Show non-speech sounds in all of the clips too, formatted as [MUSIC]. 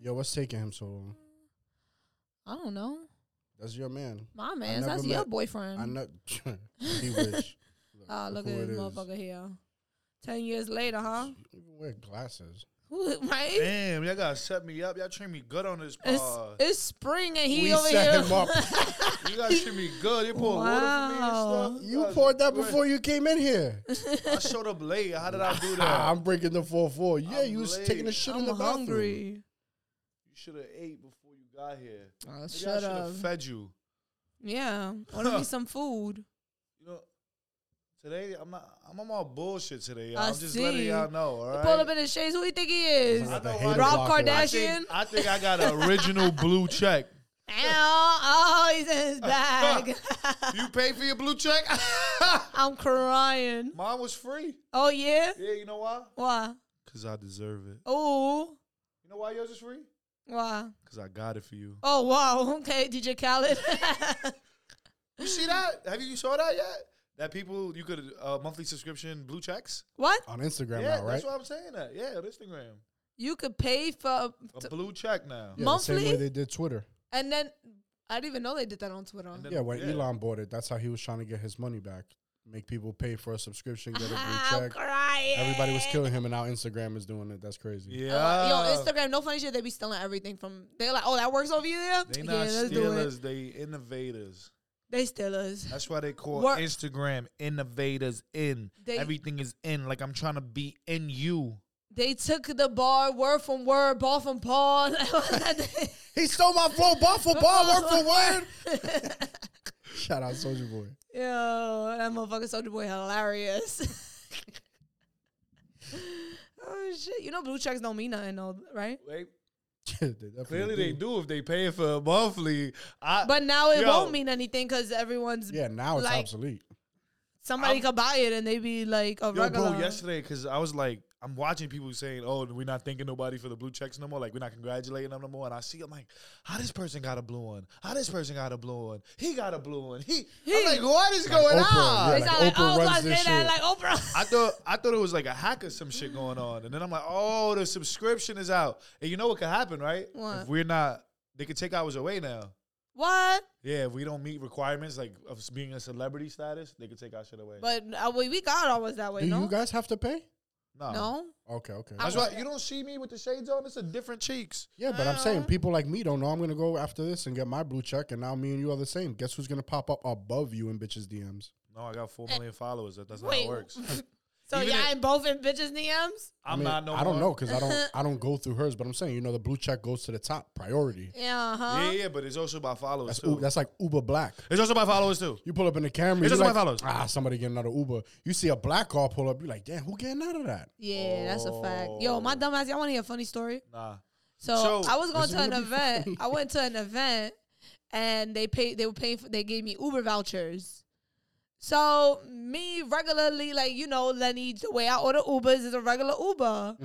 Yo, what's taking him so long? I don't know. That's your man. My man, never that's your met- boyfriend. I know. [LAUGHS] [LAUGHS] he wish. Oh, look who at it this is. motherfucker here. Ten years later, huh? You even wear glasses. Who- [LAUGHS] right? Damn, y'all gotta set me up. Y'all treat me good on this It's, pod. it's spring and he Uh, we over set here. [LAUGHS] him up. You guys treat me good. You poured water for me and Wow. stuff. You guys- poured that Wait, before you came in here. I showed up late. How did I do Ah, that? I'm breaking the four four. Yeah, I'm you was late. taking the shit in the I'm bathroom. hungry. you should have ate before you got here. Ah, Oh, Maybe I shut should [LAUGHS] up. have fed you. yeah, order me some food. You know, today I'm not. I'm on my bullshit today. Y'all. I I'm just letting see. y'all know. All right. Pull up in the shades. Who you think he is? Ow, [LAUGHS] I know The why- hater Rob blocker. I Kardashian. think, I think I got an [LAUGHS] original blue check. oh, he's in [LAUGHS] his bag. [LAUGHS] You pay for your blue check? [LAUGHS] I'm crying. Mine was free. Oh yeah, Yeah, you know why? why? Cause I deserve it. Oh, You know why yours is free? why? Cause I got it for you. Oh wow. [LAUGHS] Okay, DJ Khaled. [LAUGHS] You see that? Have you saw that yet? That people you could uh, monthly subscription blue checks. what? on Instagram yeah, now, right? that's why I'm saying that. Yeah, on Instagram, You could pay for a blue check now. yeah, the same way Monthly? they did Twitter. And then I didn't even know they did that on Twitter. And then- Yeah, when yeah. Elon bought it, that's how he was trying to get his money back. Make people pay for a subscription, get a blue Ah, I'm check. crying. Everybody was killing him, and now Instagram is doing it. That's crazy. Yeah, Uh, Yo, Instagram, no funny shit. They be stealing everything from. They're like, oh, that works over you there. They not let's do it. stealers, they innovators. They stealers. That's why they call Work. Instagram innovators in. They- Everything is in. Like I'm trying to be in you. They took the bar word from word, ball from ball. [LAUGHS] He stole my flow, bar for bar, [LAUGHS] word for word. Shout out Soldier Boy. [LAUGHS] Yo, that motherfucker Soldier Boy hilarious. [LAUGHS] oh shit! You know blue checks don't mean nothing, though, right? Wait, They definitely clearly they do if they pay for a monthly. I, But now it Yo. won't mean anything because everyone's Yeah, now it's Like- obsolete. somebody I'm- could buy it and they be like a Yo, regular. bro, yesterday, because I was like, I'm watching people saying, oh, we're not thanking nobody for the blue checks no more. Like, we're not congratulating them no more. And I see, I'm like, how this person got a blue one? How this person got a blue one? He got a blue one. He, He- I'm like, what is going Oprah, on? yeah. It's like not like, Oprah oh, so I runs this did that shit. like Oprah. [LAUGHS] I thought I thought it was like a hack or some shit going on, and then I'm like, oh, the subscription is out, and you know what could happen, right? What? If we're not, they could take ours away now. what? Yeah, if we don't meet requirements like of s- being a celebrity status, they could take our shit away. But uh, we, we got always that way, do no? Uh, you guys have to pay? no, no? Okay, okay. I- that's why you don't see me with the shades on. It's a different cheeks. yeah, but I'm saying Uh. people like me don't know I'm gonna go after this and get my blue check, and now me and you are the same. Guess who's gonna pop up above you in bitches DMs? No, I got four million followers. That, that's not how Wait. [LAUGHS] it works. So Even y'all if- ain't both in bitches' DMs? I'm mean, not no. I don't know more. because I [LAUGHS] don't. I don't go through hers, but I'm saying you know the blue check goes to the top priority. Yeah, uh-huh. huh? Yeah, yeah, but it's also about followers That's too. u- that's like Uber Black. it's also about followers too. You pull up in the camera. It's you just my like, fellows. Ah, somebody getting out of Uber. You see a black car pull up. You're like, damn, who getting out of that? Yeah, that's a fact. Yo, my Oh. dumbass, y'all want to hear a funny story? Nah. So, So- I was going This to an would be event. funny. I went to an event, and they paid. They were paying. For, they gave me Uber vouchers. So me regularly, like you know, Lenny, the way I order Ubers is a regular Uber.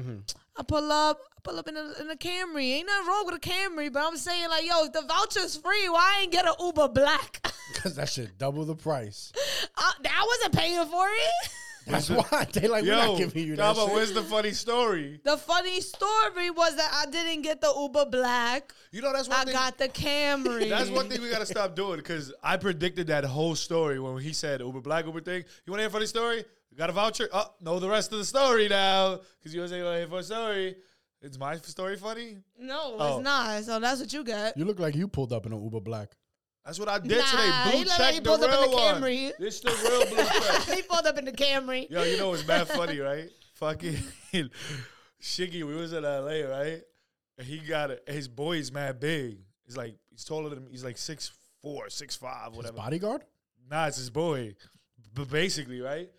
I pull up, I pull up in a, in a Camry. Ain't nothing wrong with a Camry, but I'm saying like, yo, if the voucher's free, why I ain't get an Uber Black? [LAUGHS] Because that shit double the price. I, I wasn't paying for it. [LAUGHS] That's it- why they like we're Yo, not giving you that. Dabo, shit. where's the funny story? The funny story was that I didn't get the Uber Black. You know that's one I thing. got the Camry. [LAUGHS] That's one thing we gotta stop doing because I predicted that whole story when he said Uber Black Uber thing. You wanna hear a funny story? Got a voucher? Oh, know the rest of the story now because you always say you wanna hear a funny story. Is my story funny? No, Oh. it's not. So that's what you get. You look like you pulled up in an Uber Black. That's what I did Nah, today. he Blue look check like he the pulled up in real the one. Camry. This the real blue [LAUGHS] check. he pulled up in the Camry. Yo, you know what's mad funny, right? Fucking [LAUGHS] Shiggy, we was in LA, right? And he got it. His boy is mad big. He's like he's taller than me. He's like six four, six five, His whatever. bodyguard? Nah, it's his boy. But basically, right?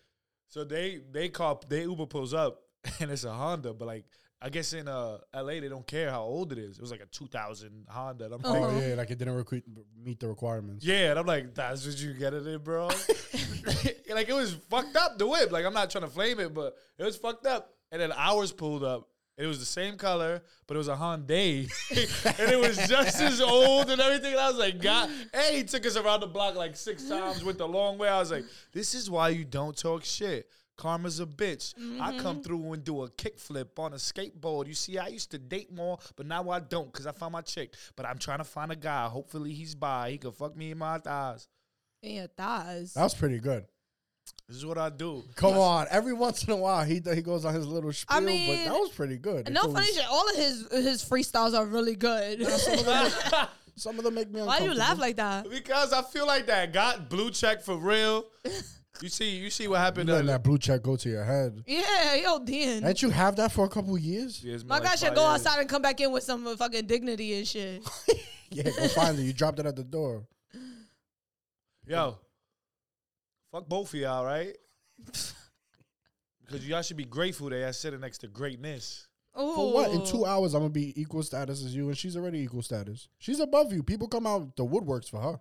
So they they call they Uber pulls up [LAUGHS] and it's a Honda, but like I guess in uh LA they don't care how old it is. It was like a 2000 Honda. And I'm Uh-huh. like, Oh yeah, like it didn't recruit, meet the requirements. yeah, and I'm like, that's what you get it in, bro. [LAUGHS] like it was fucked up the whip. Like I'm not trying to flame it, but it was fucked up. And then ours pulled up. It was the same color, but it was a Hyundai, [LAUGHS] and it was just as old and everything. And I was like, God, and he took us around the block like six times, went the long way. I was like, this is why you don't talk shit. Karma's a bitch. Mm-hmm. I come through and do a kickflip on a skateboard. You see, I used to date more, but now I don't because I found my chick. But I'm trying to find a guy. Hopefully, he's bi. He can fuck me in my thighs. in your thighs. That was pretty good. This is what [LAUGHS] I do. [LAUGHS] Come on, every once in a while he he goes on his little spiel, mean, but that was pretty good. No It was- funny shit. All of his his freestyles are really good. Some of them make me [LAUGHS] Why uncomfortable. you laugh like that? because I feel like that. Got blue check for real. You see, you see what happened. Letting to- that blue check go to your head. Yeah, yo, Dan. Didn't you have that for a couple years? Yeah, it's been My like guy should five go years. outside and come back in with some fucking dignity and shit. [LAUGHS] Yeah, go find it. You dropped it at the door. Yo, fuck both of y'all, [LAUGHS] right? Because y'all should be grateful that y'all sitting next to greatness. [LAUGHS] Ooh. For what? In Oh. two hours, I'm gonna be equal status as you, and she's already equal status. She's above you. People come out the woodworks for her.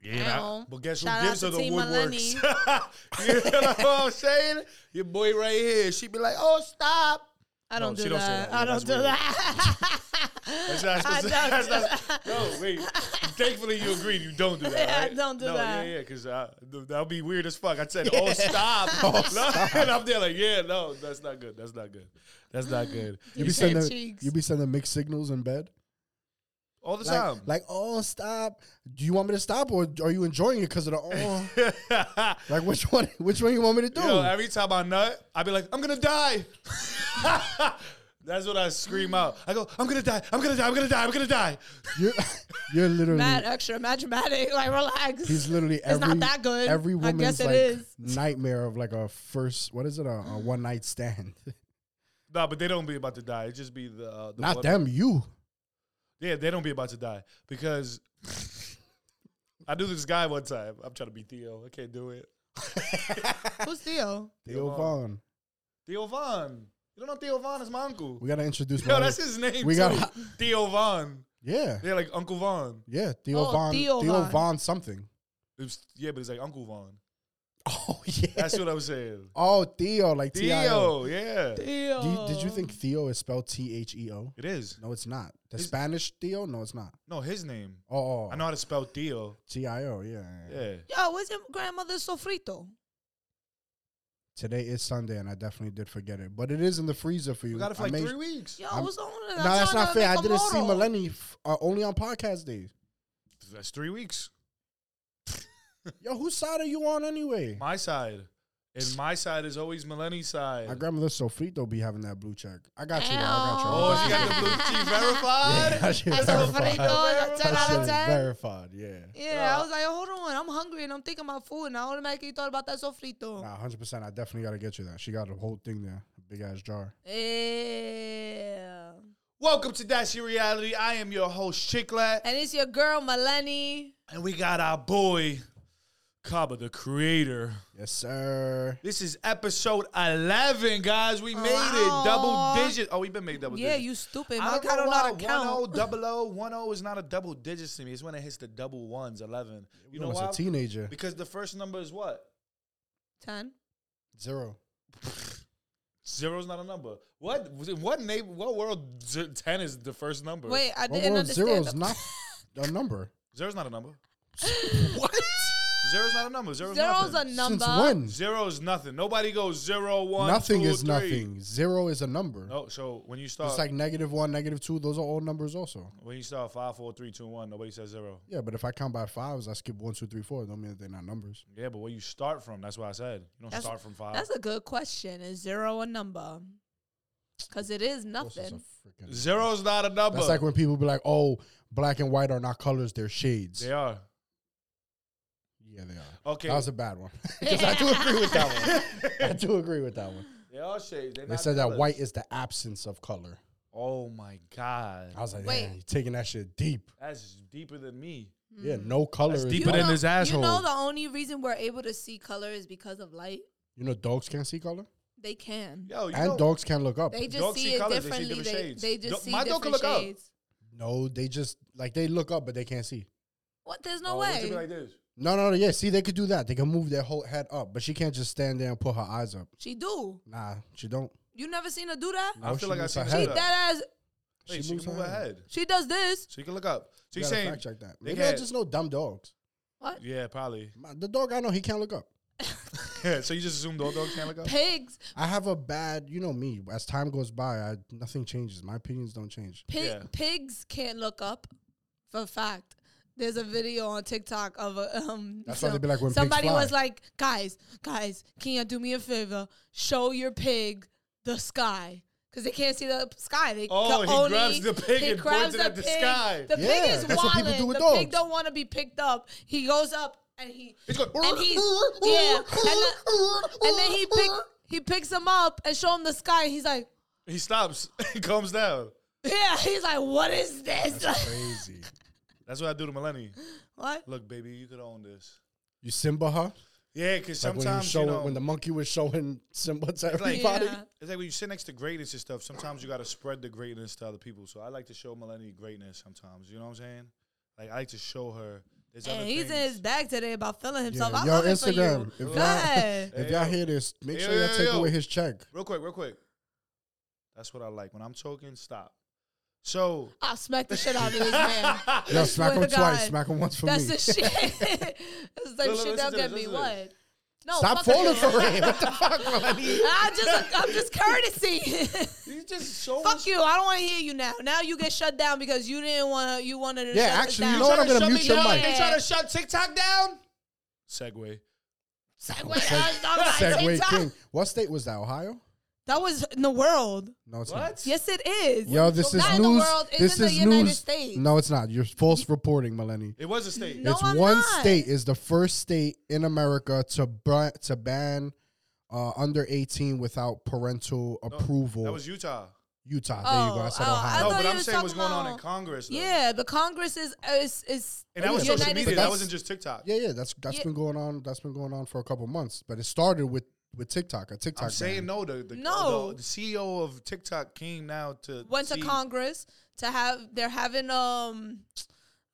Yeah, Ow. but guess Shout who gives out her to the Team woodworks? [LAUGHS] you know what I'm saying? Your boy right here. She be like, "Oh, stop." I don't No, she do don't say that. that. Yeah, I don't that's do weird. that. [LAUGHS] That's not [LAUGHS] I supposed to, don't that's do [LAUGHS] not- no, wait. Thankfully, you agreed. You don't [LAUGHS] do that. Yeah, Right? don't do no, that. Yeah, yeah, because that would be weird as fuck. I said, [LAUGHS] "Oh, stop!" No, and I'm there like, "Yeah, no, that's not good. That's not good. That's not good." You You be said sending cheeks. you be sending mixed signals in bed. All the Like, time. like, oh, stop. Do you want me to stop, or are you enjoying it [LAUGHS] because of the oh? like, which one? Which one you want me to do? Yo, every time I nut, I be like, I'm gonna die. [LAUGHS] That's what I scream out. I go, I'm gonna die. I'm gonna die. I'm gonna die. I'm gonna die. you're, you're literally. Mad extra, mad dramatic. Like relax. He's literally It's every not that good. every I woman's guess it like is. nightmare of like a first what is it a, a one night stand? [LAUGHS] Nah, but they don't be about to die. It just be the, uh, the Not one- them, you. Yeah, they don't be about to die because [LAUGHS] I knew this guy one time. I'm trying to be Theo. I can't do it. Who's Theo? Theo Vaughn. Theo Vaughn. You don't know Theo Vaughn is my uncle. We gotta introduce. Yo, my- that's his name. We too. got- Theo Vaughn. yeah, Yeah, like Uncle Vaughn. yeah. Theo Oh, Vaughn. Theo Theo, Vaughn. Vaughn. something. [LAUGHS] It was, yeah, but it's like Uncle Vaughn. Oh yeah. That's what I [LAUGHS] was saying. oh Theo, like Theo. Theo. Yeah, Theo. Do you, did you think Theo is spelled T H E O? it is. No, it's not. The Is- Spanish Theo? No, it's not. No, his name. Oh, I know how to spell Theo. T I O. Yeah. yeah. Yeah. Yo, where's your grandmother's sofrito? Today is Sunday, and I definitely did forget it, but it is in the freezer for you. We got it for I like made- three weeks. Yo, I'm- what's on it? No, that's not fair. I didn't see Millennium. Melanie f- uh, only on podcast days. That's three weeks. Yo, whose side are you on anyway? My side. And my side is always Melene's side. My grandmother Sofrito be having that blue check. I got you. though. oh, she I got you. [LAUGHS] got the blue cheek verified? Yeah, that shit That's verified. sofrito. Ten That out shit of ten. verified. Yeah. Yeah, I Yeah. was like, hold on, I'm hungry and I'm thinking about food, and I automatically thought about that sofrito. Nah, hundred percent. I definitely gotta get you that. She got a whole thing there, a big ass jar. Yeah. Welcome to That's Your Reality. I am your host, Chiclat. And it's your girl, Melanie. And we got our boy, Kaba the Creator. Yes, sir. This is episode 11, guys. We made Wow. it. Double digit. Oh, we've been made double Yeah, digit. you stupid. I My don't guy know don't know how why to count. 10, double O, 10 is not a double digit to me. It's when it hits the double ones, 11. You know was why? a teenager. Because the first number is what? Ten. Zero. Zero's not a number. What? in What name? What world? z- Ten is the first number. Wait, I What didn't world understand. zero is the- Oh, not [LAUGHS] a number? zero's not a number. what? Zero's not a number. Zero's, Zero's a nothing. number. Since when? Zero is nothing. Nobody goes zero one. nothing two, is three. nothing. Zero is a number. No, so when you start, It's like negative one, negative two. Those are all numbers also. when you start five, four, three, two, one, nobody says zero. Yeah, but if I count by fives, I skip one, two, three, four. Don't mean that they're not numbers. Yeah, but where you start from, that's what I said. You don't That's- start from five. That's a good question. Is zero a number? Because it This is is a nothing. freaking- Zero's not a number. That's like when people be like, "Oh, black and white are not colors; they're shades." they are. Yeah, they are. Okay. That was a bad [LAUGHS] one. 'Cause I do agree with that one. [LAUGHS] I do agree with that one. They are shades. They're They not said that colors. white is the absence of color. Oh my god, I was like, Wait. "Damn, you're taking that shit deep." that's deeper than me. Yeah, no color That's is deeper than know- this asshole. Hmm. You know, the only reason we're able to see color is because of light. You know, dogs can't see color, They can. Yo, you and know, dogs can't look up. They just Dogs see, see it colors, they see differently. They, different shades. they just Dog- see my dog different can look up. shades. no, they just like they look up, but they can't see. What? There's no Oh, what you way. be like this? No, no, no. Yeah, see, they could do that. They can move their whole head up, but she can't just stand there and put her eyes up. she do. Nah, she don't. You never seen her do that? No, I she feel like I moves seen her this head She Yeah. dead ass. Wait, she, can move her head. She does this. So you can look up. So You you're gotta saying fact check that. they Maybe I had- just know dumb dogs. What? Yeah, probably. [LAUGHS] My- The dog I know, he can't look up. Yeah, so you just assumed all dogs can't look up? Pigs, I have a bad, you know me. As time goes by, I nothing changes. My opinions don't change. pig, Yeah. pigs can't look up. For a fact, there's a video on TikTok of a um. That's why they be like, when pigs somebody fly. was like, guys, guys, can you do me a favor? Show your pig the sky. Because they can't see the p- sky. They Oh, can he only, grabs the pig he and grabs points it at the sky. The pig Yeah, is that's what people do wilding. with The dogs. pig don't want to be picked up. He goes up and he He's going, and he's yeah, and, the- and then he pick he picks him up and show him the sky. And he's like, he stops. [LAUGHS] he calms down. yeah, he's like, what is this? Crazy. That's what I do to Melanie. what? Look, baby, you could own this. You Simba, huh? Yeah, because Like when, you sometimes, show, you know, when the monkey was showing Simba to [LAUGHS] like- everybody. Yeah. It's like when you sit next to greatness and stuff, sometimes you got to spread the greatness to other people. So I like to show Melanie greatness sometimes. You know what I'm saying? Like, I like to show her. There's other And he's in things. his bag today about feeling himself. Yeah, I yo, love it for Instagram, you. if y'all- Good. If [LAUGHS] Hey, y'all yo. hear this, make Yo, sure y'all yo, take yo. away his check. Real quick, real quick. That's what I like. When I'm talking, stop. So, [LAUGHS] I'll smack the shit [LAUGHS] out of this man. Yo, smack swear him to twice. God. Smack him once for That's me. the shit. [LAUGHS] That's like No, no, shit listen that'll to get me. this, listen to What? No, Stop fuck falling it. for it. What the fuck, Melanie? [LAUGHS] I just, I'm just courtesy. [LAUGHS] he's just so. fuck you. I don't want to hear you now. Now you get shut down because you didn't want to. You wanted to. Yeah, shut us actually, you down. know what? I'm gonna shut mute me your down. mic. They trying to shut TikTok down? Segway. Segway. that was on my Segway TikTok. King. What state was that? Ohio? That was in the world. No, it's not. What? Yes, it is. Yo, this is Not in the news. world, it's This in the is United news. States. No, it's not. You're false reporting, Melanie. It was a state. No, it's I'm one not. state is the first state in America to br- to ban uh, under 18 without parental approval. That was Utah. Utah. there you Oh, go. I said oh, I Ohio. No, thought but you I'm was saying what's talking going on in about- Congress. Though. Yeah, the Congress is is is. And that was Yeah. social United media. That States. wasn't just TikTok. yeah, yeah. That's that's Yeah. been going on. That's been going on for a couple months. But it started with with TikTok. A TikTok. I'm saying ban. no. The, the, No. The, the CEO of TikTok came now to went to see- Congress to have they're having um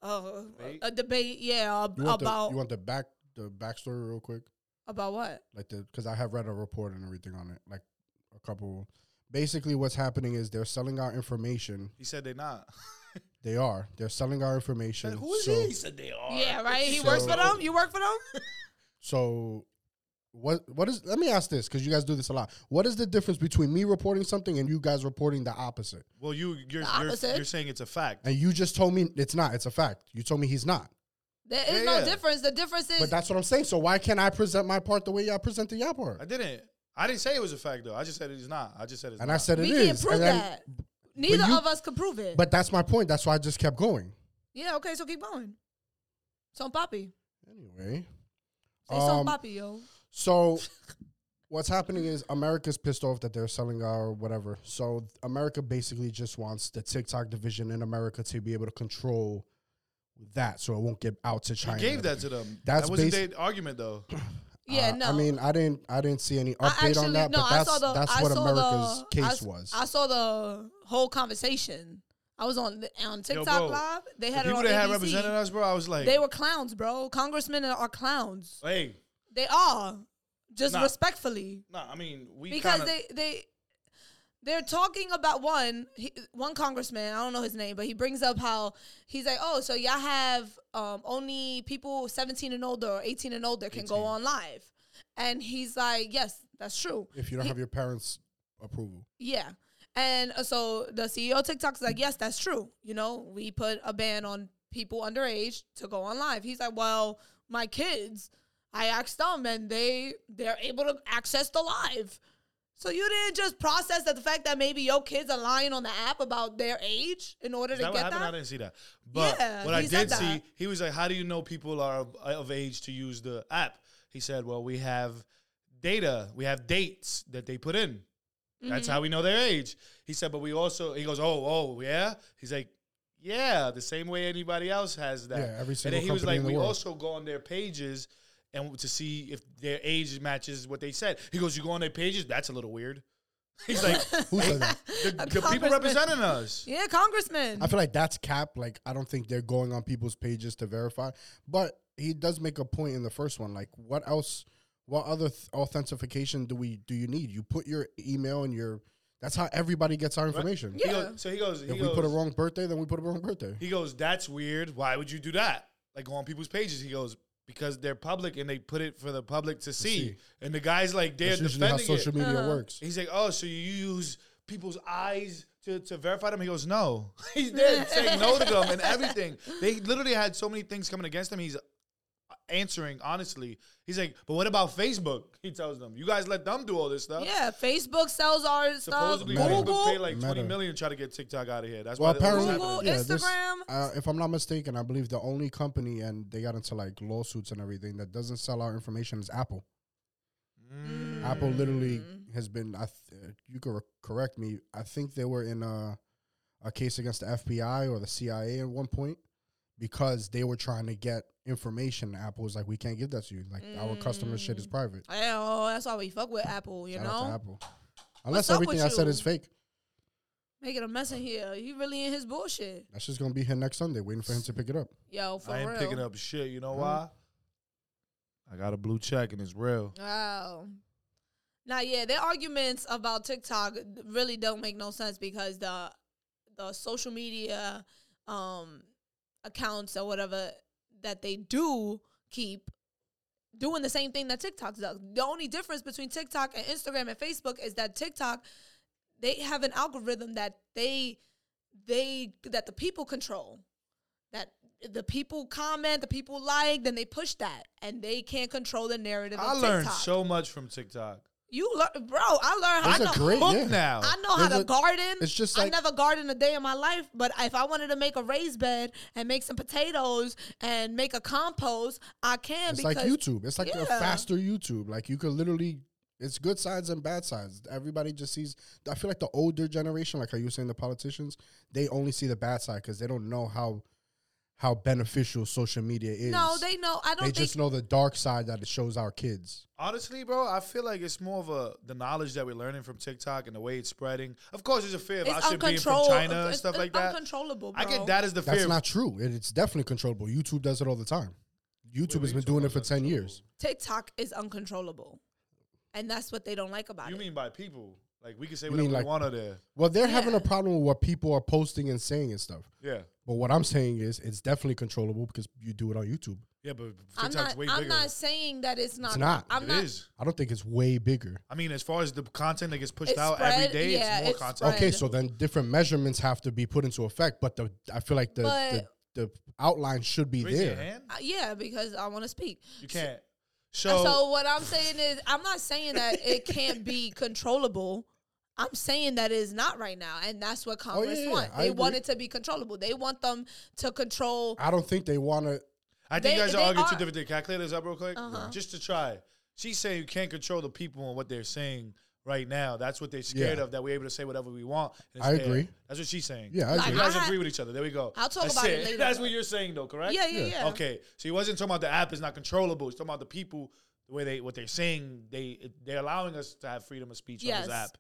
oh, Debate? a debate yeah ab- You want, about the, you want the back the backstory real quick. about what like the because I have read a report and everything on it, like a couple. Basically, what's happening is they're selling our information. He said they're not. They are. They're selling our information. Who is so, he? He said they are. yeah right he works for So- them you work for them So, what? What is? Let me ask this because you guys do this a lot. What is the difference between me reporting something and you guys reporting the opposite? Well, you you're The you're, opposite. you're saying it's a fact. And you just told me it's not. It's a fact. You told me he's not. there is Yeah, no yeah. difference the difference is But that's what I'm saying. So why can't I present my part the way y'all presented y'all I part? didn't. I didn't say it was a fact though. I just said it's not. I just said it's And not. I said it we is. can't prove And then- that neither you- of us could prove it But that's my point. That's why I just kept going. yeah okay so keep going son papi Anyway. say son Um, papi yo So what's happening is America's pissed off that they're selling our whatever. So America basically just wants the TikTok division in America to be able to control that so it won't get out to China. you gave that to them. That's that wasn't basi- their argument though. yeah Uh, no I mean, I didn't I didn't see any I update on that, but that's that's what America's I case s- was. I saw the whole conversation. I was on the, on TikTok bro, live. They had the it people on that had ABC. represented us, bro. I was like, They were clowns, bro. Congressmen are clowns. hey, They are. Just Nah. respectfully. nah. I mean, we Because kinda, they they they're talking about one he, one congressman, I don't know his name, but he brings up how he's like, "Oh, so y'all have um, only people 17 and older or 18 and older can go 18. on live." And he's like, "Yes, that's true." if you don't have your parents' approval. Yeah. And uh, so the CEO of TikTok's like, yes, that's true. You know, we put a ban on people underage to go on live. He's like, well, my kids, I asked them and they they're able to access the live. So you didn't just process that the fact that maybe your kids are lying on the app about their age in order Is to that what get happened? I that. didn't see that. But Yeah, what I he said did see, that. he was like, "How do you know people are of, of age to use the app?" He said, "Well, we have data. We have dates that they put in. That's Mm-hmm. how we know their age." He said, "But we also," he goes, "Oh, oh, yeah." He's like, "Yeah, the same way anybody else has that." Yeah, every And single then he was company like, in the "We world." also go on their pages." And to see if their age matches what they said, he goes, "You go on their pages. That's a little weird." [LAUGHS] He's like, Who [LAUGHS] said that? "The, the people congressman. representing us." Yeah, congressman. I feel like that's cap. Like I don't think they're going on people's pages to verify. But he does make a point in the first one. Like what else? What other th- authentication do we do you need? You put your email and your. That's how everybody gets our information. He Yeah. goes- so he goes. He If we goes, put a wrong birthday, then we put a wrong birthday. He goes, "That's weird. Why would you do that?" Like on people's pages, he goes, because they're public and they put it for the public to see. see. And the guy's like, they're That's usually how defending it. social media Uh-huh. works. He's like, oh, so you use people's eyes to, to verify them? He goes, no. [LAUGHS] [LAUGHS] He's dead saying no to them and everything. They literally had so many things coming against him. He's answering honestly. He's like, but what about Facebook? [LAUGHS] He tells them, you guys let them do all this stuff. Yeah, Facebook sells our stuff. Supposedly, Meta. Facebook paid Google, like twenty Meta. million to try to get TikTok out of here. That's Well, why that was apparently, Google, happening. yeah, this- Instagram. uh, if I'm not mistaken, I believe the only company and they got into like lawsuits and everything that doesn't sell our information is Apple. Mm, Apple Mm-hmm. literally has been. I th- you can re- correct me. I think they were in a a case against the FBI or the CIA at one point because they were trying to get information. Apple was like, "We can't give that to you. Like our customer shit is private." Yeah, oh, that's why we fuck with Apple. Mm. You Shout out to know, Apple. Unless up with everything I said you? is fake. making a mess in here. He really in his bullshit. That's just gonna be here next Sunday, waiting for him to pick it up. Yo, for I ain't real. picking up shit. You know Mm. why? I got a blue check and it's real. Wow. Now, yeah, their arguments about TikTok really don't make no sense because the the social media um, accounts or whatever that they do keep doing the same thing that TikTok does. The only difference between TikTok and Instagram and Facebook is that TikTok they have an algorithm that they they that the people control that the people comment the people like then they push that and they can't control the narrative I of learned TikTok. so much from TikTok. you learn bro i learned It's how a to great- Book yeah. now. I know how There's to a- garden. it's just I like- never gardened a day in my life, but if I wanted to make a raised bed and make some potatoes and make a compost, I can It's because like YouTube. It's like Yeah. a faster YouTube. Like you could literally, it's good sides and bad sides. Everybody just sees. I feel like the older generation, like how you were saying, the politicians, they only see the bad side because they don't know how how beneficial social media is. no, they know. I don't they think just know the dark side that it shows our kids. Honestly, bro, I feel like it's more of a the knowledge that we're learning from TikTok and the way it's spreading. Of course, there's a fear of it's our shit being from uncontrollable. China and It's stuff un- like that. Uncontrollable. Bro. I get that as the That's fear. not true. It, it's definitely controllable. YouTube does it all the time. YouTube has been doing it for ten years. TikTok is uncontrollable, and that's what they don't like about You it. mean by people? Like we can say You whatever mean we like- want on there. Well, they're having Yeah. a problem with what people are posting and saying and stuff. Yeah, But what I'm saying is, it's definitely controllable because you do it on YouTube. yeah, but I'm TikTok's not. way I'm bigger. not saying that it's not. not. I'm It not. is. I don't think it's way bigger. I mean, as far as the content that gets pushed It's out every spread, day, yeah, it's more it's content. spread. Okay, Right. so then different measurements have to be put into effect, but the I feel like the But- the, the outline should be Raise your there. hand. Uh, yeah, because I want to speak. You can't. So, So, what I'm saying is, I'm not saying that it can't be controllable. I'm saying that it is not right now, and that's what Congress Oh, yeah, want. I They want agree. it to be controllable. They want them to control. I don't think they want to. I think They- you guys are they arguing are- Uh-huh. two different things. Can I clear this up real quick? Just to try. She's saying you can't control the people and what they're saying right now. That's what they're scared Yeah. of. That we're able to say whatever we want. and it's I there. agree. That's what she's saying. Yeah, I Like, agree. You guys I- agree with each other. There we go. I'll talk That's about it later. [LAUGHS] That's what you're saying, though, correct? Yeah, yeah, yeah. Okay, so he wasn't talking about the app is not controllable. He's talking about the people, the way they what they're saying. They they're allowing us to have freedom of speech on Yes. this app,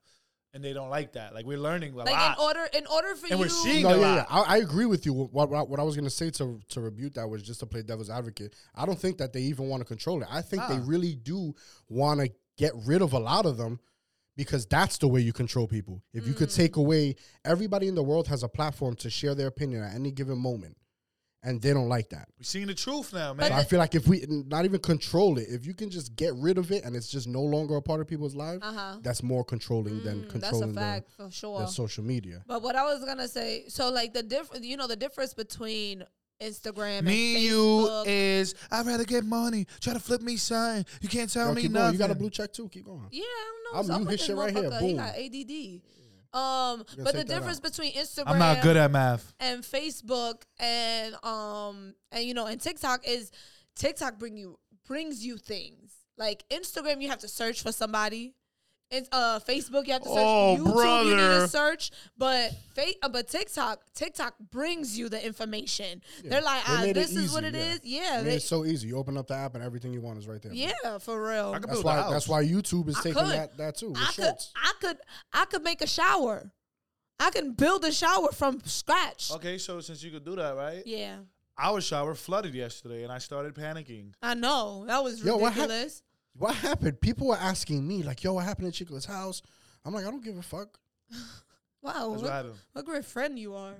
and they don't like that. Like we're learning a Like lot. in order, in order for And we're you, Mm, seeing- no, a yeah, yeah. lot. I, I agree with you. What, what, what I was going to say to to rebuke that was just to play devil's advocate. I don't think that they even want to control it. I think they Ah. really do want to get rid of a lot of them because that's the way you control people. If you could Mm. take away everybody in the world has a platform to share their opinion at any given moment, and they don't like that. we're seeing the truth now, So man. I feel like if we not even control it, if you can just get rid of it and it's just no longer a part of people's lives, Uh-huh. that's more controlling than Mm, that's a controlling fact for the, sure. the social media. but what I was gonna say, so like the diff, you know, the difference between Instagram Me and and you Facebook. is I'd rather get money. Try to flip me something. You can't tell Yo, me keep nothing. going. You got a blue check too. Keep going. yeah, I don't know. I'll what's up mute with his this shit right here. motherfucker. He Boom. got ADD. Um, gonna but the take that difference out. between Instagram, I'm not good at math. and Facebook and um and you know and TikTok is TikTok bring you brings you things like Instagram you have to search for somebody. It's uh Facebook you have to search Oh, YouTube you need brother. to search but fa- uh, but TikTok TikTok brings you the information. They're like They ah, made it this is what it easy, is. Yeah, I mean, they- it's so easy. You open up the app and everything you want is right there. yeah, for real. I could That's build a why. house. That's why YouTube is I taking could. that that too. With I could shorts. I could I could make a shower. I can build a shower from scratch. Okay, so since you could do that, right? Yeah, Our shower flooded yesterday, and I started panicking. I know that was Yo, what hap- ridiculous. What happened? People were asking me like, "Yo, what happened at Chico's house?" I'm like, "I don't give a fuck." Wow, That's look, what happened. what great friend you are.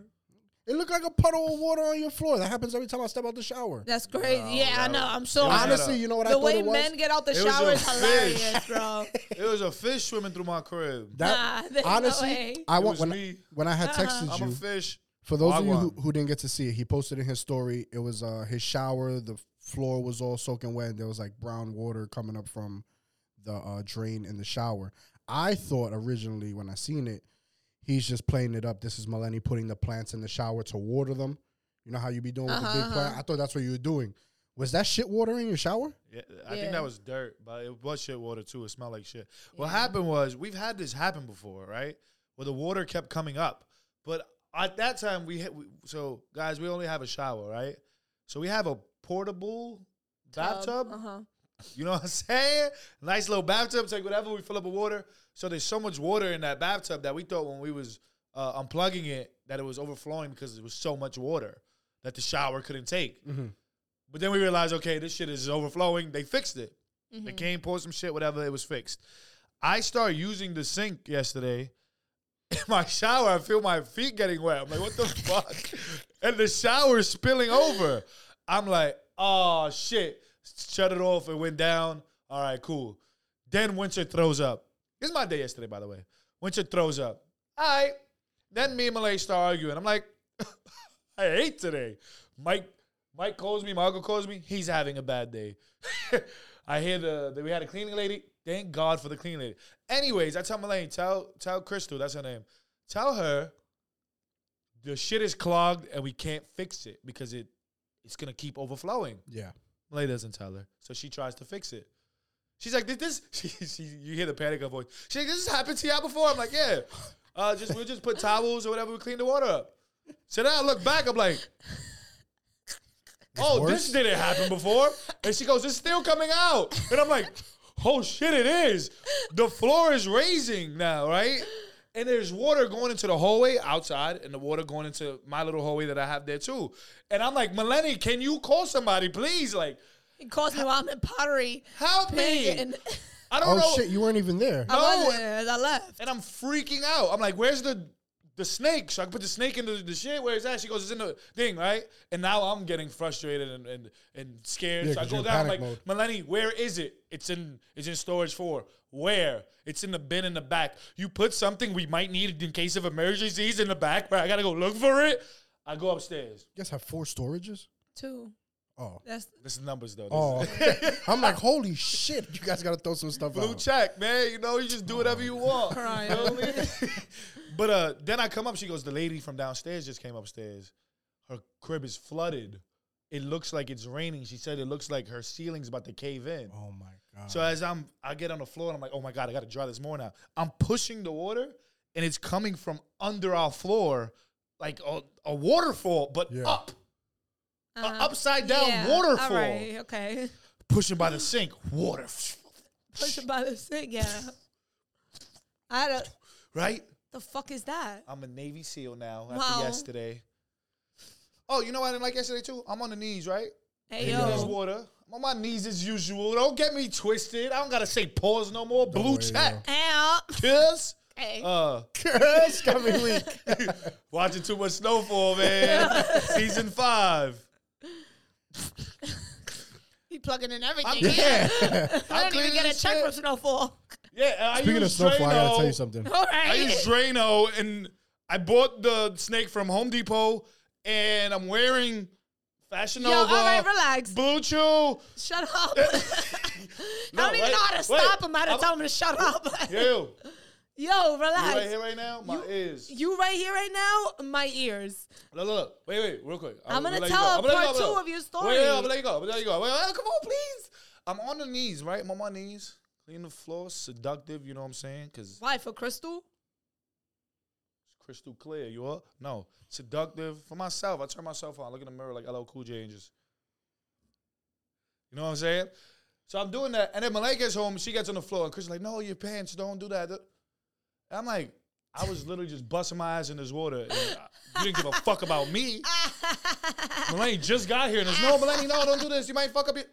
It looked like a puddle of water on your floor. That happens every time I step out the shower. That's crazy. yeah, I that know. was- I'm so it was honest. Honestly, you know what I The thought way it was? men get out the It was shower a is fish. hilarious, bro. It was a fish swimming through my crib. that nah, [LAUGHS] there's no honestly, way. Uh-huh. I want It was when me. Oh, when I had texted I'm you. a fish. For those of you who, Wagwan. who didn't get to see it, he posted in his story. It was uh, his shower. The floor was all soaking wet. And there was like brown water coming up from the uh, drain in the shower. I thought originally when I seen it, he's just playing it up. This is Melanie putting the plants in the shower to water them. You know how you be doing with Uh-huh, the big plant. uh-huh. I thought that's what you were doing. Was that shit water in your shower? Yeah, I Yeah. think that was dirt, but it was shit water too. It smelled like shit. What happened was we've had this happen before, right? Where the water kept coming up, but at that time we, hit, we so guys we only have a shower, right? So we have a portable bathtub. Uh-huh. You know what I'm saying? Nice little bathtub. Take whatever we fill up with water. So there's so much water in that bathtub that we thought when we was uh, unplugging it that it was overflowing because it was so much water that the shower couldn't take. But then we realized, okay, this shit is overflowing. They fixed it. They came, poured some shit, whatever. It was fixed. I start using the sink yesterday. In my shower, I feel my feet getting wet. I'm like, what the fuck? And the shower is spilling over. I'm like, oh shit. Shut it off. It went down. All right, cool. Then Winter throws up. This is my day yesterday, by the way. Winter throws up. All right. Then me and Malay start arguing. I'm like, [LAUGHS] I hate today. Mike Mike calls me, my uncle calls me, he's having a bad day. [LAUGHS] I hear the, the we had a cleaning lady. Thank God for the cleaning lady. Anyways, I tell Melanie, tell tell Crystal, that's her name. Tell her the shit is clogged and we can't fix it because it it's gonna keep overflowing. Yeah. Malay doesn't tell her, so she tries to fix it. She's like, "Did this?" [LAUGHS] She, she, you hear the panic in her voice. She's like, "This has happened to y'all before." I'm like, "Yeah, uh, just we'll just put towels or whatever. We clean the water up." So now I look back. I'm like, "Oh, worse? this didn't happen before." And she goes, "It's still coming out," and I'm like, "Oh shit, it is. The floor is raising now, right?" And there's water going into the hallway outside, and the water going into my little hallway that I have there too. And I'm like, Melanie, can you call somebody, please? Like, It caused me while I'm in pottery. Help [LAUGHS] me! pagan. I don't Oh know. shit, you weren't even there. I No. wasn't there as I left. And I'm freaking out. I'm like, "Where's the the snake?" So I put the snake in the, the shit. Where is that? She goes, "It's in the thing, right?" And now I'm getting frustrated and and, and scared. Yeah, so I 'cause go you're in down. I'm like, panic mode. Melanie, where is it? It's in it's in storage four. Where? It's in the bin in the back. You put something we might need in case of emergencies in the back, but I gotta go look for it. I go upstairs. You guys have four storages? Two. Oh. That's This is numbers though. This is- Oh. I'm like, holy shit, you guys gotta throw some stuff blue out. check, man. You know, you just do whatever you want. Right. You know what I mean? [LAUGHS] but uh, then I come up. She goes, the lady from downstairs just came upstairs. Her crib is flooded. It looks like it's raining. She said it looks like her ceiling's about to cave in. oh my god. So as I'm, I get on the floor and I'm like, oh my god, I got to dry this more now. I'm pushing the water, and it's coming from under our floor, like a, a waterfall, but Yeah. up, a uh, upside down yeah, waterfall, All right, okay. [LAUGHS] pushing by the sink, water, Push it by the sink, yeah. I had a, right? the fuck is that? I'm a Navy SEAL now Wow. after yesterday. Oh, you know what I didn't like yesterday too? I'm on the knees, right? Hey There's yo. water. I'm on my knees as usual. Don't get me twisted. I don't gotta say pause no more. Blue worry, check. Ow. Kiss. Hey. Uh it's got me weak. [LAUGHS] watching too much snowfall, man. Season five. He plugging in everything. I'm- [LAUGHS] yeah. I'm I don't even cleaning get a this check shit. from Snowfall. [LAUGHS] Yeah, and I [LAUGHS] Speaking of use snowfall, I gotta Drano. tell you something. All I use right. Drano and I bought the snake from Home Depot and I'm wearing Fashion Yo, Nova. all right, relax. Blue Chew. Shut [LAUGHS] up. [LAUGHS] I don't even know how to stop him. I had to tell him to shut up. Yo, you [LAUGHS] Yo, relax. right here right now? My You- ears. You right here right now, my ears. look, look, look. Wait, wait, real quick. I'm gonna let tell you go. part let you go, I'm gonna two let- of your story. Wait, wait, I'm gonna let you go. I'm gonna let you go. Wait, wait, come on, please. I'm on the knees, right? I'm on my knees. Clean the floor, seductive, you know what I'm saying? Because Why for Crystal? crystal clear, you are? No. Seductive for myself. I turn myself on. I look in the mirror like LL Cool J and just. You know what I'm saying? So I'm doing that. And then Malay gets home, she gets on the floor, and Chris is like, no, your pants, don't do that. And I'm like, I was literally just busting my ass in this water. And I- you didn't give a fuck about me. Melanie just got here and there's no Ah, Melanie, no, don't do this. You might fuck up your.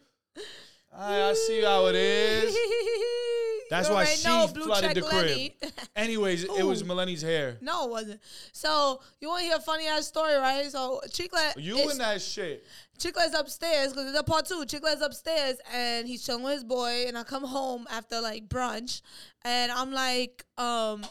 All right, I see how it is. [LAUGHS] That's You why already she know, blue flooded check the crib. Lenny. [LAUGHS] Anyways, it was Who? Melanie's hair. no, it wasn't. So you want to hear a funny ass story, right? So Chiclet, You is- and that shit. Chiclet's upstairs because it's a part two. Chiclet's upstairs and he's chilling with his boy, and I come home after like brunch, and I'm like, um,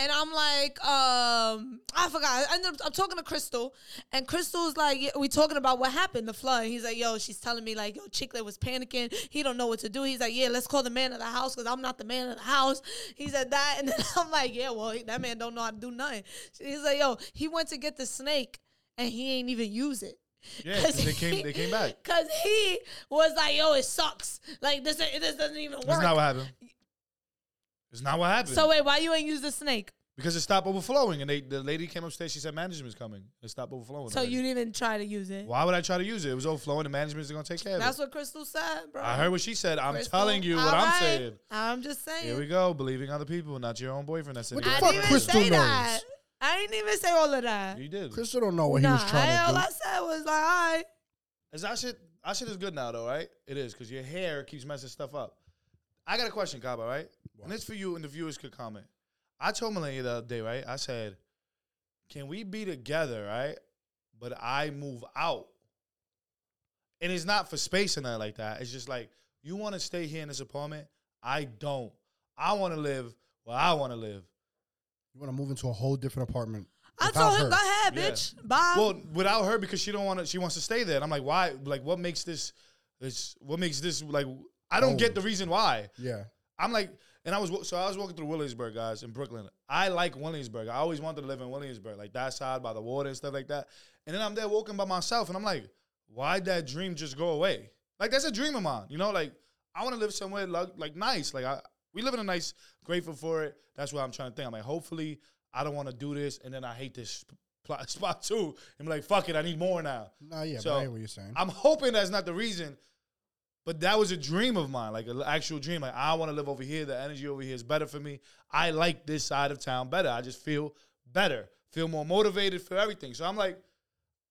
and I'm like, um, I forgot. I ended up, I'm talking to Crystal, and Crystal's like, yeah, we talking about what happened, the flood. And he's like, yo, she's telling me like, yo, Chiclet was panicking. He don't know what to do. He's like, yeah, let's call the man of the house because I'm not the man of the house. He said that, and then [LAUGHS] I'm like, yeah, well, he- that man don't know how to do nothing. He's like, yo, he went to get the snake, and he ain't even use it. Yeah, 'Cause they came- they came back. Cause he was like, "Yo, it sucks. Like this, this doesn't even That's work." not what happened. It's not what happened. So wait, why you ain't use the snake? because it stopped overflowing, and they, the lady came upstairs. She said management's coming. It stopped overflowing. So already. you didn't even try to use it. Why would I try to use it? It was overflowing. The management's gonna take care of it. That's what Crystal said, bro. I heard what she said. I'm Crystal. telling you what All I'm right. saying. I'm just saying. Here we go, believing other people, not your own boyfriend. That's What it. the I fuck didn't even Crystal say knows? that. I didn't even say all of that. You did. Crystal don't know what nah, he was trying I, to all do. I said was like, all right. Is that shit? That shit is good now, though, right? It is because your hair keeps messing stuff up. I got a question, Kaba, right? And it's for you, and the viewers could comment. I told Melania the other day, right? I said, "Can we be together, right? But I move out, and it's not for space or nothing like that. It's just like you want to stay here in this apartment. I don't. I want to live where I want to live. You want to move into a whole different apartment. I without told him, her. go ahead, Yeah. bitch. Bye. well, without her because she don't want to. She wants to stay there. And I'm like, why? Like, what makes this? This what makes this like? I don't get the reason why. Yeah. I'm like, and I was wa- so I was walking through Williamsburg, guys, in Brooklyn. I like Williamsburg. I always wanted to live in Williamsburg, like that side by the water and stuff like that. And then I'm there walking by myself, and I'm like, why'd that dream just go away? Like that's a dream of mine, you know. Like I want to live somewhere like, like nice. Like I, we live in a nice, grateful for it. That's what I'm trying to think. I'm like, hopefully, I don't want to do this, and then I hate this pl- [LAUGHS] spot too. And be like, fuck it, I need more now. Nah, yeah, So, but I hear what you're saying. I'm hoping that's not the reason, but that was a dream of mine, like an actual dream. Like I want to live over here. The energy over here is better for me. I like this side of town better. I just feel better, feel more motivated for everything. So I'm like,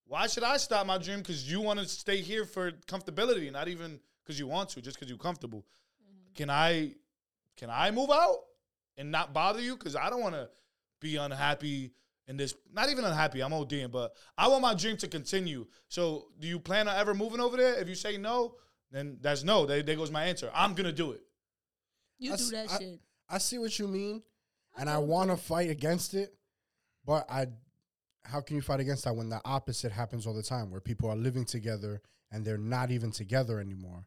why should I stop my dream? Because you want to stay here for comfortability, not even because you want to, just because you're comfortable. Can I, can I move out and not bother you? Because I don't want to be unhappy in this. Not even unhappy. I'm ODing, but I want my dream to continue. So, do you plan on ever moving over there? If you say no, then that's no. There, there goes my answer. I'm gonna do it. you I do s- that I- shit. I see what you mean, and I want to fight against it, but I, how can you fight against that when the opposite happens all the time, where people are living together and they're not even together anymore?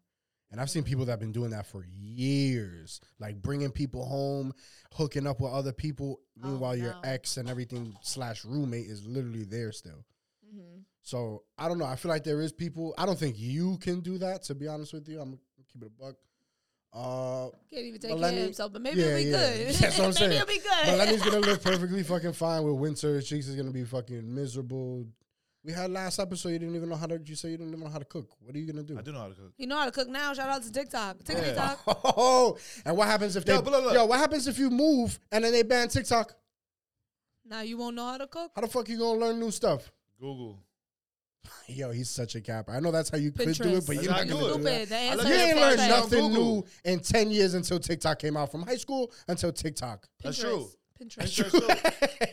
And I've seen people that have been doing that for years, like bringing people home, hooking up with other people. Meanwhile, your no. ex and everything slash roommate is literally there still. So I don't know. I feel like there is people. I don't think you can do that. To be honest with you, I'm gonna keep it a buck. Uh, Can't even take care Melanie- of himself, but maybe Yeah, it'll be yeah. good. That's what I'm [LAUGHS] maybe saying. it'll be good. Melanie's gonna live perfectly fucking fine with winter. Cheeks is gonna be fucking miserable. We had last episode. You didn't even know how to. You say you didn't even know how to cook. What are you gonna do? I do know how to cook. you know how to cook now. Shout out to TikTok. Take a Yeah. TikTok. Oh, and what happens if Yo, they? but look, look. Yo, what happens if you move and then they ban TikTok? Now you won't know how to cook. How the fuck you gonna learn new stuff? Google. Yo, he's such a capper. I know that's how you could do it, Pinterest. but That's you're how I not do gonna it. do Stupid. that. The I answer look You at is ain't Pinterest. learned perfect. Don't nothing Google. new in ten years until TikTok came out from high school until TikTok. That's Pinterest. true. Pinterest.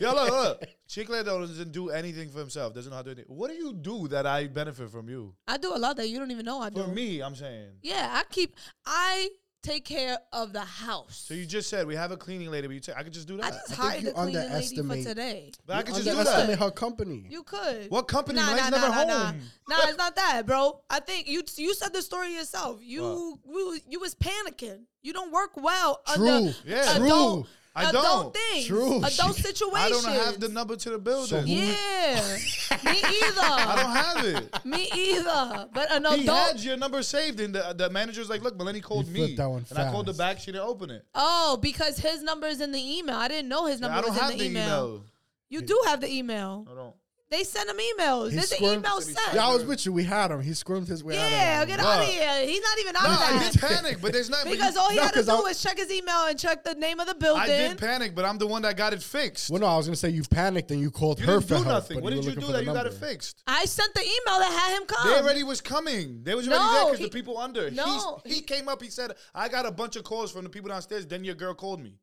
[LAUGHS] [LAUGHS] Yo, look, look. Chicle doesn't do anything for himself. Doesn't know how to do anything. What do you do that I benefit from you? I do a lot that you don't even know I do. For me, I'm saying. Yeah, I keep. I take care of the house. So you just said we have a cleaning lady, but you take. I could just do that. I just think hired you the cleaning lady for underestimate- today. but I could just do that. Underestimate her company. You could. What company? Mine's never home. Nah. Nah, it's not that, bro. I think you you said the story yourself. You you, you was panicking. You don't work well True. under Yeah. True. adult, I adult don't. things, True. adult situations. [LAUGHS] I don't have [LAUGHS] the number to the building. So who- Yeah, me either. I don't have [LAUGHS] it. me either. But an He had adult. your number saved, and the, the manager's like, "Look, Melanie called He me, flipped that one and I called the fast. back. She didn't open it. Oh, because his number is in the email. I didn't know his number I don't was in have the email. You do have the email. I don't. They send him emails. He There's an squirmed- email Said he sent. Yeah, I was with you. We had him. He squirmed his way Yeah, out of get out of here. He's not even on Nah, I that. did panic, but [LAUGHS] there's not but you- Because all he No, had to 'cause do I- was check his email and check the name of the building. I did panic, but I'm the one that got it fixed. Well, no, I was gonna say you panicked and you called you her didn't for do help, nothing. but were What did you looking do for that the you got it number. fixed? I sent the email that had him come. They already was coming. They was already Um, No, there because the he- people under. No, he, he came up. He said, "I got a bunch of calls from the people downstairs." Then your girl called me.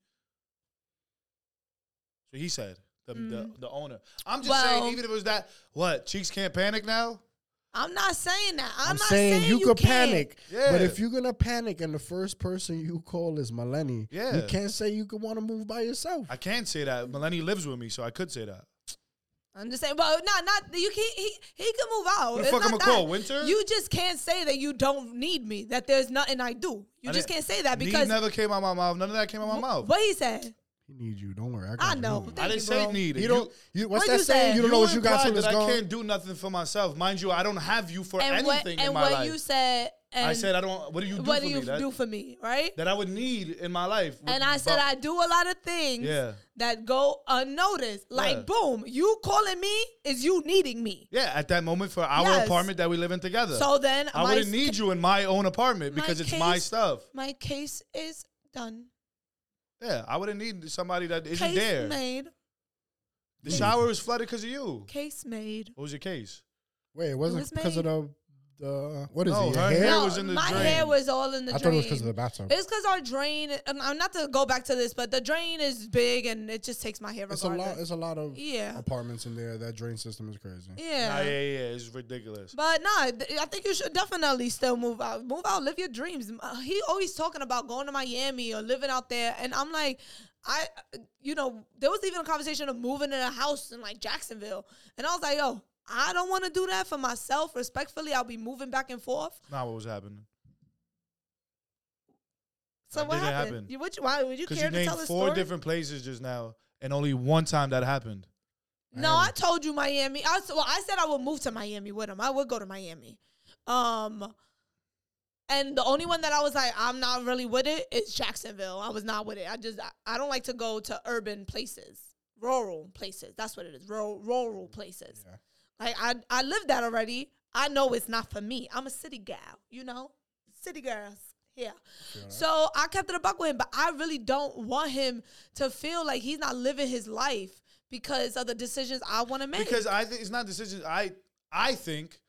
So he said, "The the, the owner." I'm Mm-hmm. just Well- saying, even if it was that, what cheeks can't panic now. I'm not saying that. I'm, I'm not saying, you could can't. panic, Yeah. but if you're gonna panic and the first person you call is Melanie, Yeah. you can't say you could want to move by yourself. I can't say that. Melanie lives with me, so I could say that. I'm just saying, well, no, not you. He he he can move out. Who the It's fuck not I'ma that. call, Winter? You just can't say that you don't need me. That there's nothing I do. You I just didn't- can't say that Need because never came out my mouth. None of that came out my mouth. what he said. He needs you. Don't worry. I, I got You. know. I Thank didn't you, say bro. need. You don't. You, what's What'd that you saying? say? You don't know what you got implied till it's that I gone. can't do nothing for myself. Mind you, I don't have you for And anything what in and my what life. you said. And I said I don't. What do you do what for do you me? That- do for me, right? that I would need in my life. and I said I do a lot of things Yeah. that go unnoticed. Like Yeah. boom, you calling me is you needing me. yeah, at that moment for our Yes. apartment that we live in together. So then I my wouldn't need you in my own apartment my because it's my case- stuff. My case is done. Yeah, I wouldn't need somebody that isn't case there. made. The shower was flooded because of you. Case made. What was your case? Wait, it wasn't was because of the the what is No, it? her Your hair hair? no, was in the my drain. hair was all in the I thought drain. it was because of the bathtub. It's because our drain. And I'm not to go back to this, but the drain is big and it just takes my hair. It's a lot. regardless. It's a lot of Yeah. apartments in there. That drain system is crazy. yeah. Nah, yeah, yeah, it's ridiculous. But nah, th- I think you should definitely still move out. Move out, live your dreams. M- uh, He always talking about going to Miami or living out there, and I'm like, I, uh, you know, there was even a conversation of moving in a house in like Jacksonville, and I was like, yo, I don't want to do that for myself. Respectfully, I'll be moving back and forth. Nah, what was happening? So That what didn't happened? happen. You, would you, why would you Because care you to named tell the four story? different places just now, and only one time that happened. No, I told you Miami. I s- well, I said I would move to Miami with him. I would go to Miami. Um, and the only one that I was like, I'm not really with it is Jacksonville. I was not with it. I just, I, I don't like to go to urban places, rural places. That's what it is, rural, rural places. Yeah. Like I, I lived that already. I know it's not for me. I'm a city gal, you know, city girls. Yeah. So I kept it a buck with him, but I really don't want him to feel like he's not living his life because of the decisions I want to make. Mm-hmm. Because I think it's not decisions. I I think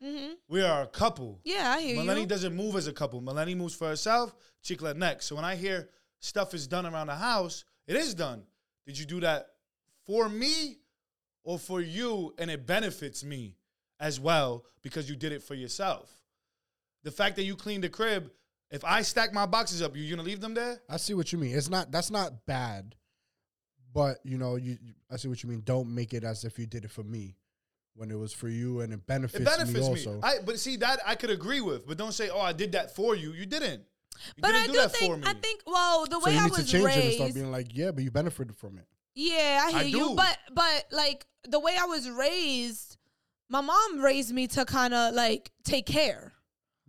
we are a couple. yeah, I hear Melanie you. doesn't move as a couple. Melanie moves for herself, Chicla next. So when I hear stuff is done around the house, it is done. Did you do that for me or for you? And it benefits me as well because you did it for yourself. The fact that you cleaned the crib, if I stack my boxes up, you gonna leave them there? I see what you mean. It's not that's not bad, but you know, you you- I see what you mean. Don't make it as if you did it for me when it was for you and it benefits, It benefits me me. also. I but see that I could agree with, but don't say, "Oh, I did that for you." You didn't. You but didn't I do do, that for think, me. I think, well, the so way you I need to was change it and start raised, being like, yeah, but you benefited from it. yeah, I hear I you. do. But, but like the way I was raised, my mom raised me to kind of like take care.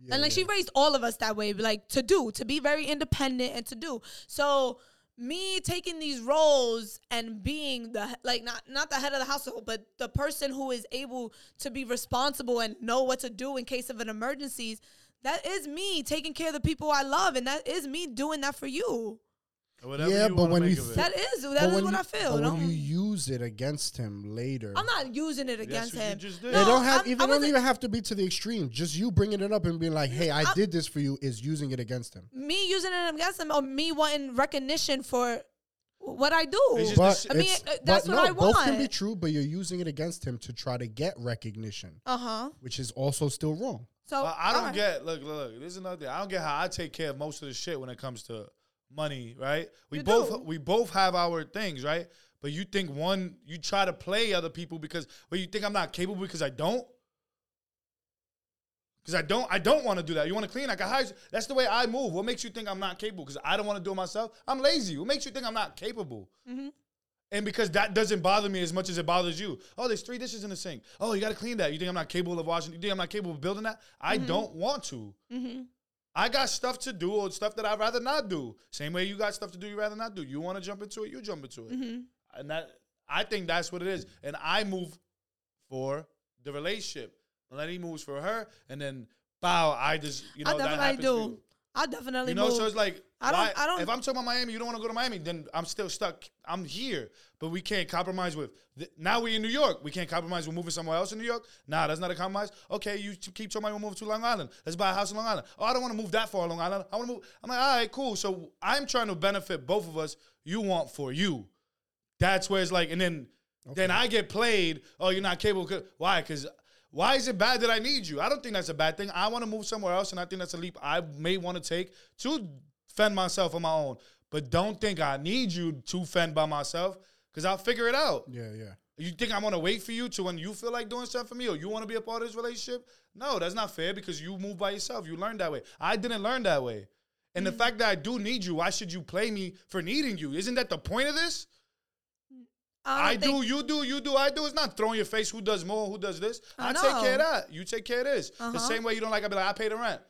Yeah, and like yeah. she raised all of us that way, like to do, to be very independent and to do. So me taking these roles and being the like not not the head of the household, but the person who is able to be responsible and know what to do in case of an emergencies, that is me taking care of the people I love, and that is me doing that for you. Whatever Yeah, but wanna when make you of it. think- That is that But is when what you- I feel. But no? when you use it against him later, I'm not using it That's against what you him. just did. they No, don't have I'm- even I don't wasn't- even have to be to the extreme. Just you bringing it up and being like, "Hey, I I'm- did this for you," is using it against him. me using it against him or me wanting recognition for what I do. It's just- But I mean, it's- uh, that's but no, what I Both can be want. true, but you're using it against him to try to get recognition, uh huh. which is also still wrong. So uh-huh. I- I don't alright. get. Look, look, look. This is another thing. I don't get how I take care of most of the shit when it comes to money. Right? We You both do. we both have our things. Right? But you think one you try to play other people because well you think I'm not capable because I don't. Because I don't, I don't want to do that. You want to clean? I can hire. you. That's the way I move. What makes you think I'm not capable? Because I don't want to do it myself. I'm lazy. What makes you think I'm not capable? And because that doesn't bother me as much as it bothers you. Oh, there's three dishes in the sink. Oh, you got to clean that. You think I'm not capable of washing? You think I'm not capable of building that? I Mm-hmm. don't want to. I got stuff to do or stuff that I'd rather not do. Same way you got stuff to do you'd rather not do. You Mm-hmm. want to jump into it, you jump into it. And that I think that's what it is. And I move for the relationship. Lenny moves for her, and then bow. I just you know I that definitely happens to do. you. I definitely You know, move. so it's like I don't- why- I don't- If I'm talking about Miami, you don't want to go to Miami, then I'm still stuck. I'm here, but we can't compromise with. Th- now we're in New York. We can't compromise. We're moving somewhere else in New York. Nah, that's not a compromise. Okay, you t- keep talking about we're moving to Long Island. Let's buy a house in Long Island. Oh, I don't want to move that far, Long Island. I want to move. I'm like, all right, cool. So I'm trying to benefit both of us. You want for you. That's where it's like, and then then I get played. Oh, you're not capable. 'cause- Why? Because why is it bad that I need you? I don't think that's a bad thing. I want to move somewhere else, and I think that's a leap I may want to take to fend myself on my own. But don't think I need you to fend by myself, because I'll figure it out. Yeah, yeah. You think I'm gonna wait for you to when you feel like doing stuff for me or you wanna be a part of this relationship? No, that's not fair because you move by yourself. You learned that way. I didn't learn that way. And the fact that I do need you, why should you play me for needing you? Isn't that the point of this? I, don't think- do, you do, you do, I do. It's not throwing your face who does more, who does this. I, I take care of know. that. You take care of this. The Uh-huh. same way you don't like, I be like, I pay the rent.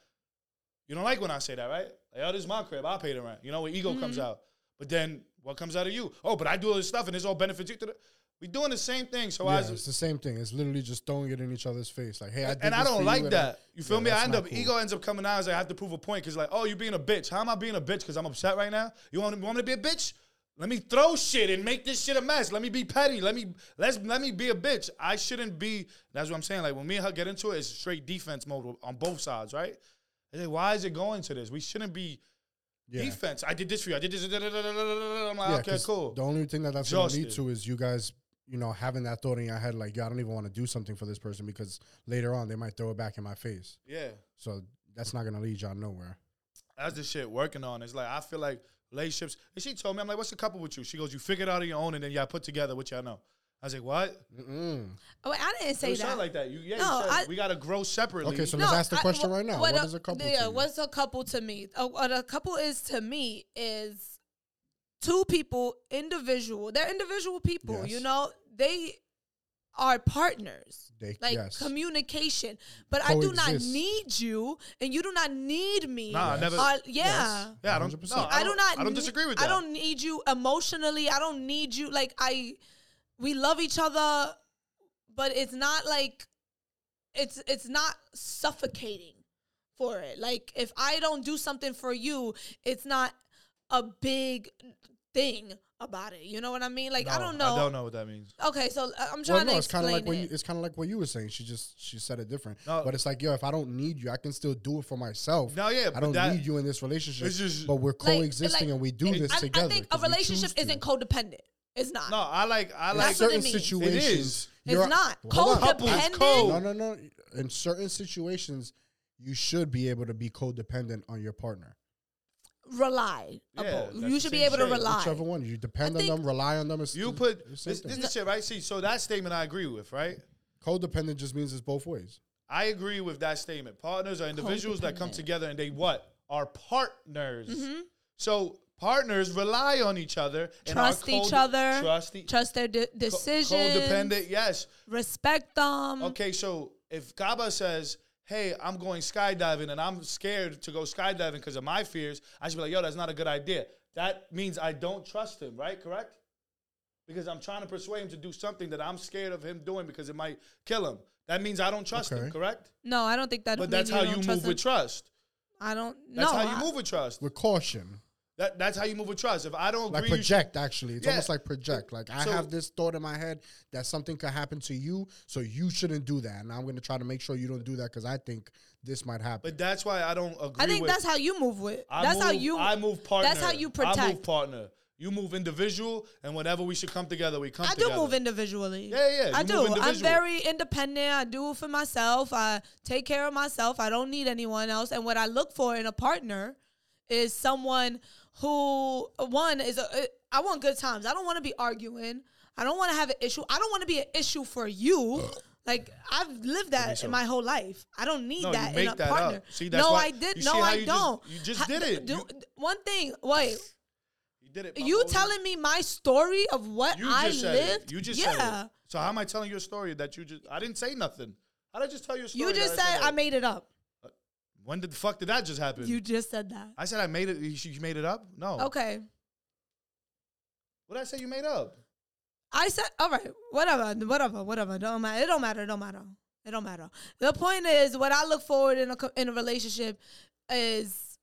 You don't like when I say that, right? Like, oh, this is my crib. I pay the rent. You know, where ego Mm-hmm. comes out. But then what comes out of you? Oh, but I do all this stuff and it's all benefits you. to the- We doing the same thing. So yeah I it's the same thing. It's literally just throwing it in each other's face. Like, hey, I did and I this for don't you, like and I- that. You feel Yeah, me? I that's end not up cool. ego ends up coming out as like, I have to prove a point because like, oh, you being a bitch. How am I being a bitch? Because I'm upset right now. You want, want me to be a bitch? Let me throw shit and make this shit a mess. Let me be petty. Let me let's let me be a bitch. I shouldn't be. That's what I'm saying. Like when me and her get into it, it's straight defense mode on both sides, right? It's like, why is it going to this? We shouldn't be Yeah. defense. I did this for you. I did this. da- da- da- da- da- da- da. I'm like, Yeah, okay, 'cause cool. The only thing that that's going to lead Exhausted. to is you guys, you know, having that thought in your head, like, yo, I don't even want to do something for this person because later on they might throw it back in my face. Yeah. So that's not going to lead y'all nowhere. that's the shit working on. It's like I feel like relationships. And she told me, I'm like, what's the couple with you? She goes, you figure it out on your own, and then y'all put together what y'all know. I was like, what? Mm-mm. Oh, wait, I didn't say you that. sound like that. You, yeah, you No, said I- we gotta grow separately. Okay, so let's ask the I- question wha- right now. what is a couple? Yeah, to you? what's a couple to me? A, what a couple is to me is two people, individual. They're individual people. You Yes. know, they are partners. They- Like yes. communication, but I do not Coexist. need you, and you do not need me. Nah, I never- Uh, yeah. Yes. yeah, I don't. 100%. No, I, I don't, do not. I don't ne- disagree with that. I don't need you emotionally. I don't need you. Like I, we love each other, but it's not like, it's it's not suffocating for it. Like if I don't do something for you, it's not a big thing about it. You know what I mean? Like I No, don't know. I don't know what that means. Okay, so uh, I'm Well, trying no, to it's kind explain of like what you, it. it's kind of like what you were saying. She just she said it different, No. but it's like yo, if I don't need you, I can still do it for myself. No, yeah, I but don't that- need you in this relationship, It's just- but we're Like- coexisting like, and we do I- this I, together. I think a 'cause we relationship choose to. isn't codependent. It's not. No, I like. I In like. That's what it certain means. It situations, is. It's you're- not. Hold on. Couple is Codependent. code. No, no, no. In certain situations, you should be able to be codependent on your partner. Rely. Yeah, upon. that's you the should be same able to shit. rely. Whichever one you depend on think- them, rely on them. It's You the- put the same this, this thing. is the shit, right? See, so that statement I agree with, right? codependent just means it's both ways. I agree with that statement. Partners are individuals that come Codependent. Mm-hmm. together and they what? Are partners. So partners rely on each other. and are Trust each code- other. Trust each trust their de- decisions. Codependent, yes. Respect them. Okay, so if Kaba says, "Hey, I'm going skydiving and I'm scared to go skydiving because of my fears," I should be like, "Yo, that's not a good idea." That means I don't trust him, right? Correct? Because I'm trying to persuade him to do something that I'm scared of him doing because it might kill him. That means I don't trust him, Okay. correct? No, I don't think that. But means that's how you don't move trust with them. trust. I don't. That's no, how I- you move with trust. With caution, That, that's how you move with trust. If I don't like agree, you should- project. Actually, it's Yeah. almost like project. Like I So- have this thought in my head that something could happen to you, so you shouldn't do that, and I'm going to try to make sure you don't do that because I think this might happen. but that's why I don't agree. I think with that's how you move with. I that's how move- you. I move partner. That's how you I protect. move partner. You move individual, and whenever we should come together, we come. I do together. move individually. Yeah, yeah, I you do. move I'm individual. very independent. I do it for myself. I take care of myself. I don't need anyone else. And what I look for in a partner is someone who one is a. uh, I want good times. I don't want to be arguing. I don't want to have an issue. I don't want to be an issue for you. Like I've lived that in my whole life. I don't need No, you that make in a that partner. up. See, that's no, why- I did. you No, see how I you just- don't. you just Ha- did it. do- You- one thing. Wait. You did it. my You whole- telling me my story of what You just I said lived? It. You just yeah. said it. So how am I telling your story that you just? I didn't say nothing. How did I just tell your story? You just that said I told? made it up. When did the fuck did that just happen? You just said that. I said I made it. Oh. You you made it up. No. Okay. What did I say? You made up. I said, all right, whatever, whatever, whatever. Don't matter. It don't matter. It don't matter. It don't matter. The point is, what I look forward in a co- in a relationship is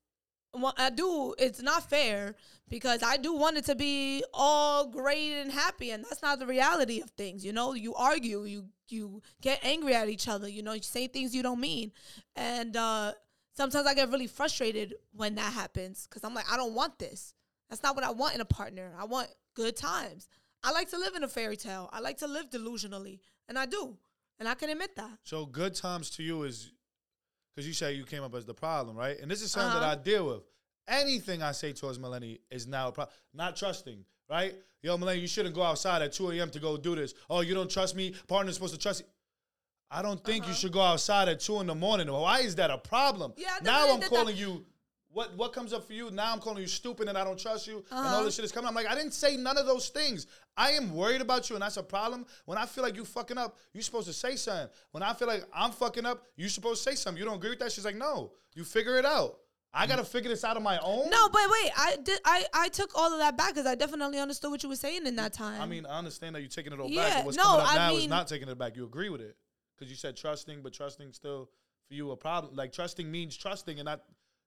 what I do. It's not fair because I do want it to be all great and happy, and that's not the reality of things. You know, you argue, you you get angry at each other. You know, you say things you don't mean, and uh, sometimes I get really frustrated when that happens because I'm like, I don't want this. That's not what I want in a partner. I want good times. I like to live in a fairy tale. I like to live delusionally, and I do, and I can admit that. So good times to you is because you say you came up as the problem, right? And this is something Uh-huh. that I deal with. Anything I say towards Melanie is now a problem. Not trusting, right? Yo, Melanie, you shouldn't go outside at 2 a.m. to go do this. Oh, you don't trust me? Partner's supposed to trust you. I don't think you should go outside at 2 in the morning. Why is that a problem? Uh-huh. Yeah, I now definitely I'm did calling that. you. What, what comes up for you? Now I'm calling you stupid and I don't trust you and all Uh-huh. this shit is coming. I'm like, I didn't say none of those things. I am worried about you, and that's a problem. When I feel like you fucking up, you supposed to say something. When I feel like I'm fucking up, you supposed to say something. You don't agree with that? She's like, no, you figure it out. I gotta figure this out on my own. No, but wait, I did. I I took all of that back because I definitely understood what you were saying in that time. I mean, I understand that you're taking it all back. Yeah, But what's no, coming up I now is mean- not taking it back. You agree with it because you said trusting, but trusting still for you a problem. Like trusting means trusting and not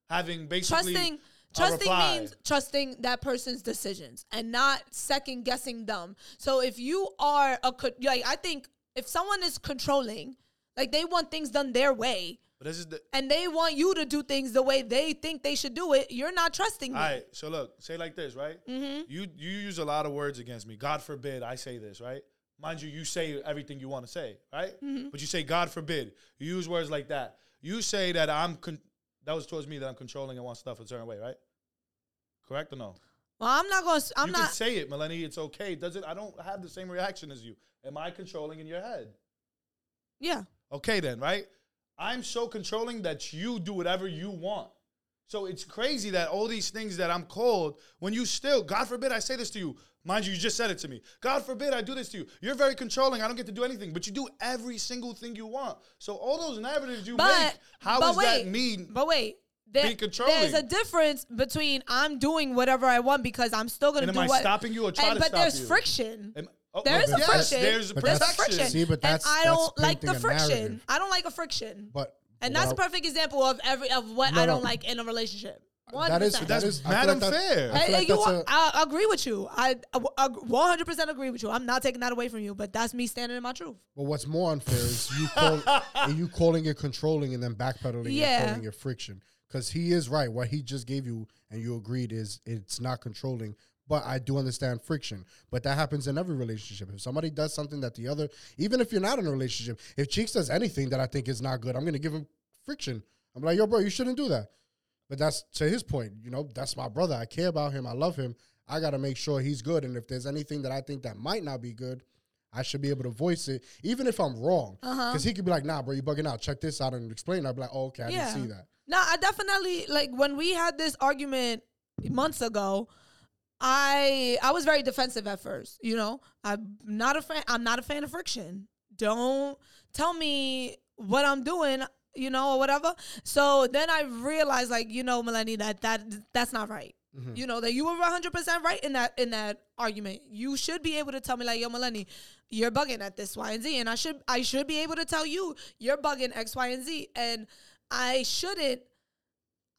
having basically trusting a trusting reply. means trusting that person's decisions and not second guessing them so if you are a co- like i think if someone is controlling like they want things done their way But this is the and they want you to do things the way they think they should do it you're not trusting them Mm-hmm. All right. So look, say like this, right? You you use a lot of words against me. God forbid I say this, right? Mind you, you say everything you want to say, right? Mm-hmm. But you say God forbid. You use words like that. You say that I'm con- that was towards me that I'm controlling and want stuff a certain way, right? Correct or no? well i'm not gonna i'm you not can say it, Melanie. It's okay. Does it? I don't have the same reaction as you. Am I controlling in your head? yeah Okay, then, right? I'm so controlling that you do whatever you want. So it's crazy that all these things that I'm called, when you still, God forbid I say this to you. Mind you, you just said it to me. God forbid I do this to you. You're very controlling. I don't get to do anything, but you do every single thing you want. So all those narratives you make, but how is but wait, that me? But wait, there- being controlling? There's a difference between I'm doing whatever I want because I'm still going to And am do I what. stopping you or try and, to but stop there's you? friction. Am- oh, there but is a yes, friction. there's But there's that's- friction. See, but that's- and I that's don't like the painting a friction. narrative. I don't like a friction. But and what that's a I- perfect example of every of what No, I no. don't like in a relationship. That is 100%. that is I feel Madam like that's- Fair. I I, feel like you that's are- a- I agree with you. I, I 100% agree with you. I'm not taking that away from you, but that's me standing in my truth. But what's more unfair is you call, you calling it controlling and then backpedaling Yeah. and calling it friction. Because he is right. What he just gave you and you agreed is it's not controlling. But I do understand friction. But that happens in every relationship. If somebody does something that the other, even if you're not in a relationship, if Cheeks does anything that I think is not good, I'm gonna give him friction. I'm like, yo, bro, you shouldn't do that. But that's to his point. You know, that's my brother. I care about him. I love him. I gotta make sure he's good. And if there's anything that I think that might not be good, I should be able to voice it, even if I'm wrong. Uh-huh. Because he could be like, "Nah, bro, you bugging out. Check this out and explain." I'd be like, oh, "Okay, I Yeah. didn't see that." No, I definitely like when we had this argument months ago. I I was very defensive at first. You know, I'm not a fan. I'm not a fan of friction. Don't tell me what I'm doing. You know, or whatever. So then I realized, like, you know, Melanie, that that that's not right. Hmm. You know that you were 100 percent right in that in that argument. You should be able to tell me, like, yo, Melanie, you're bugging at this Y and Z, and I should I should be able to tell you you're bugging X Y and Z, and I shouldn't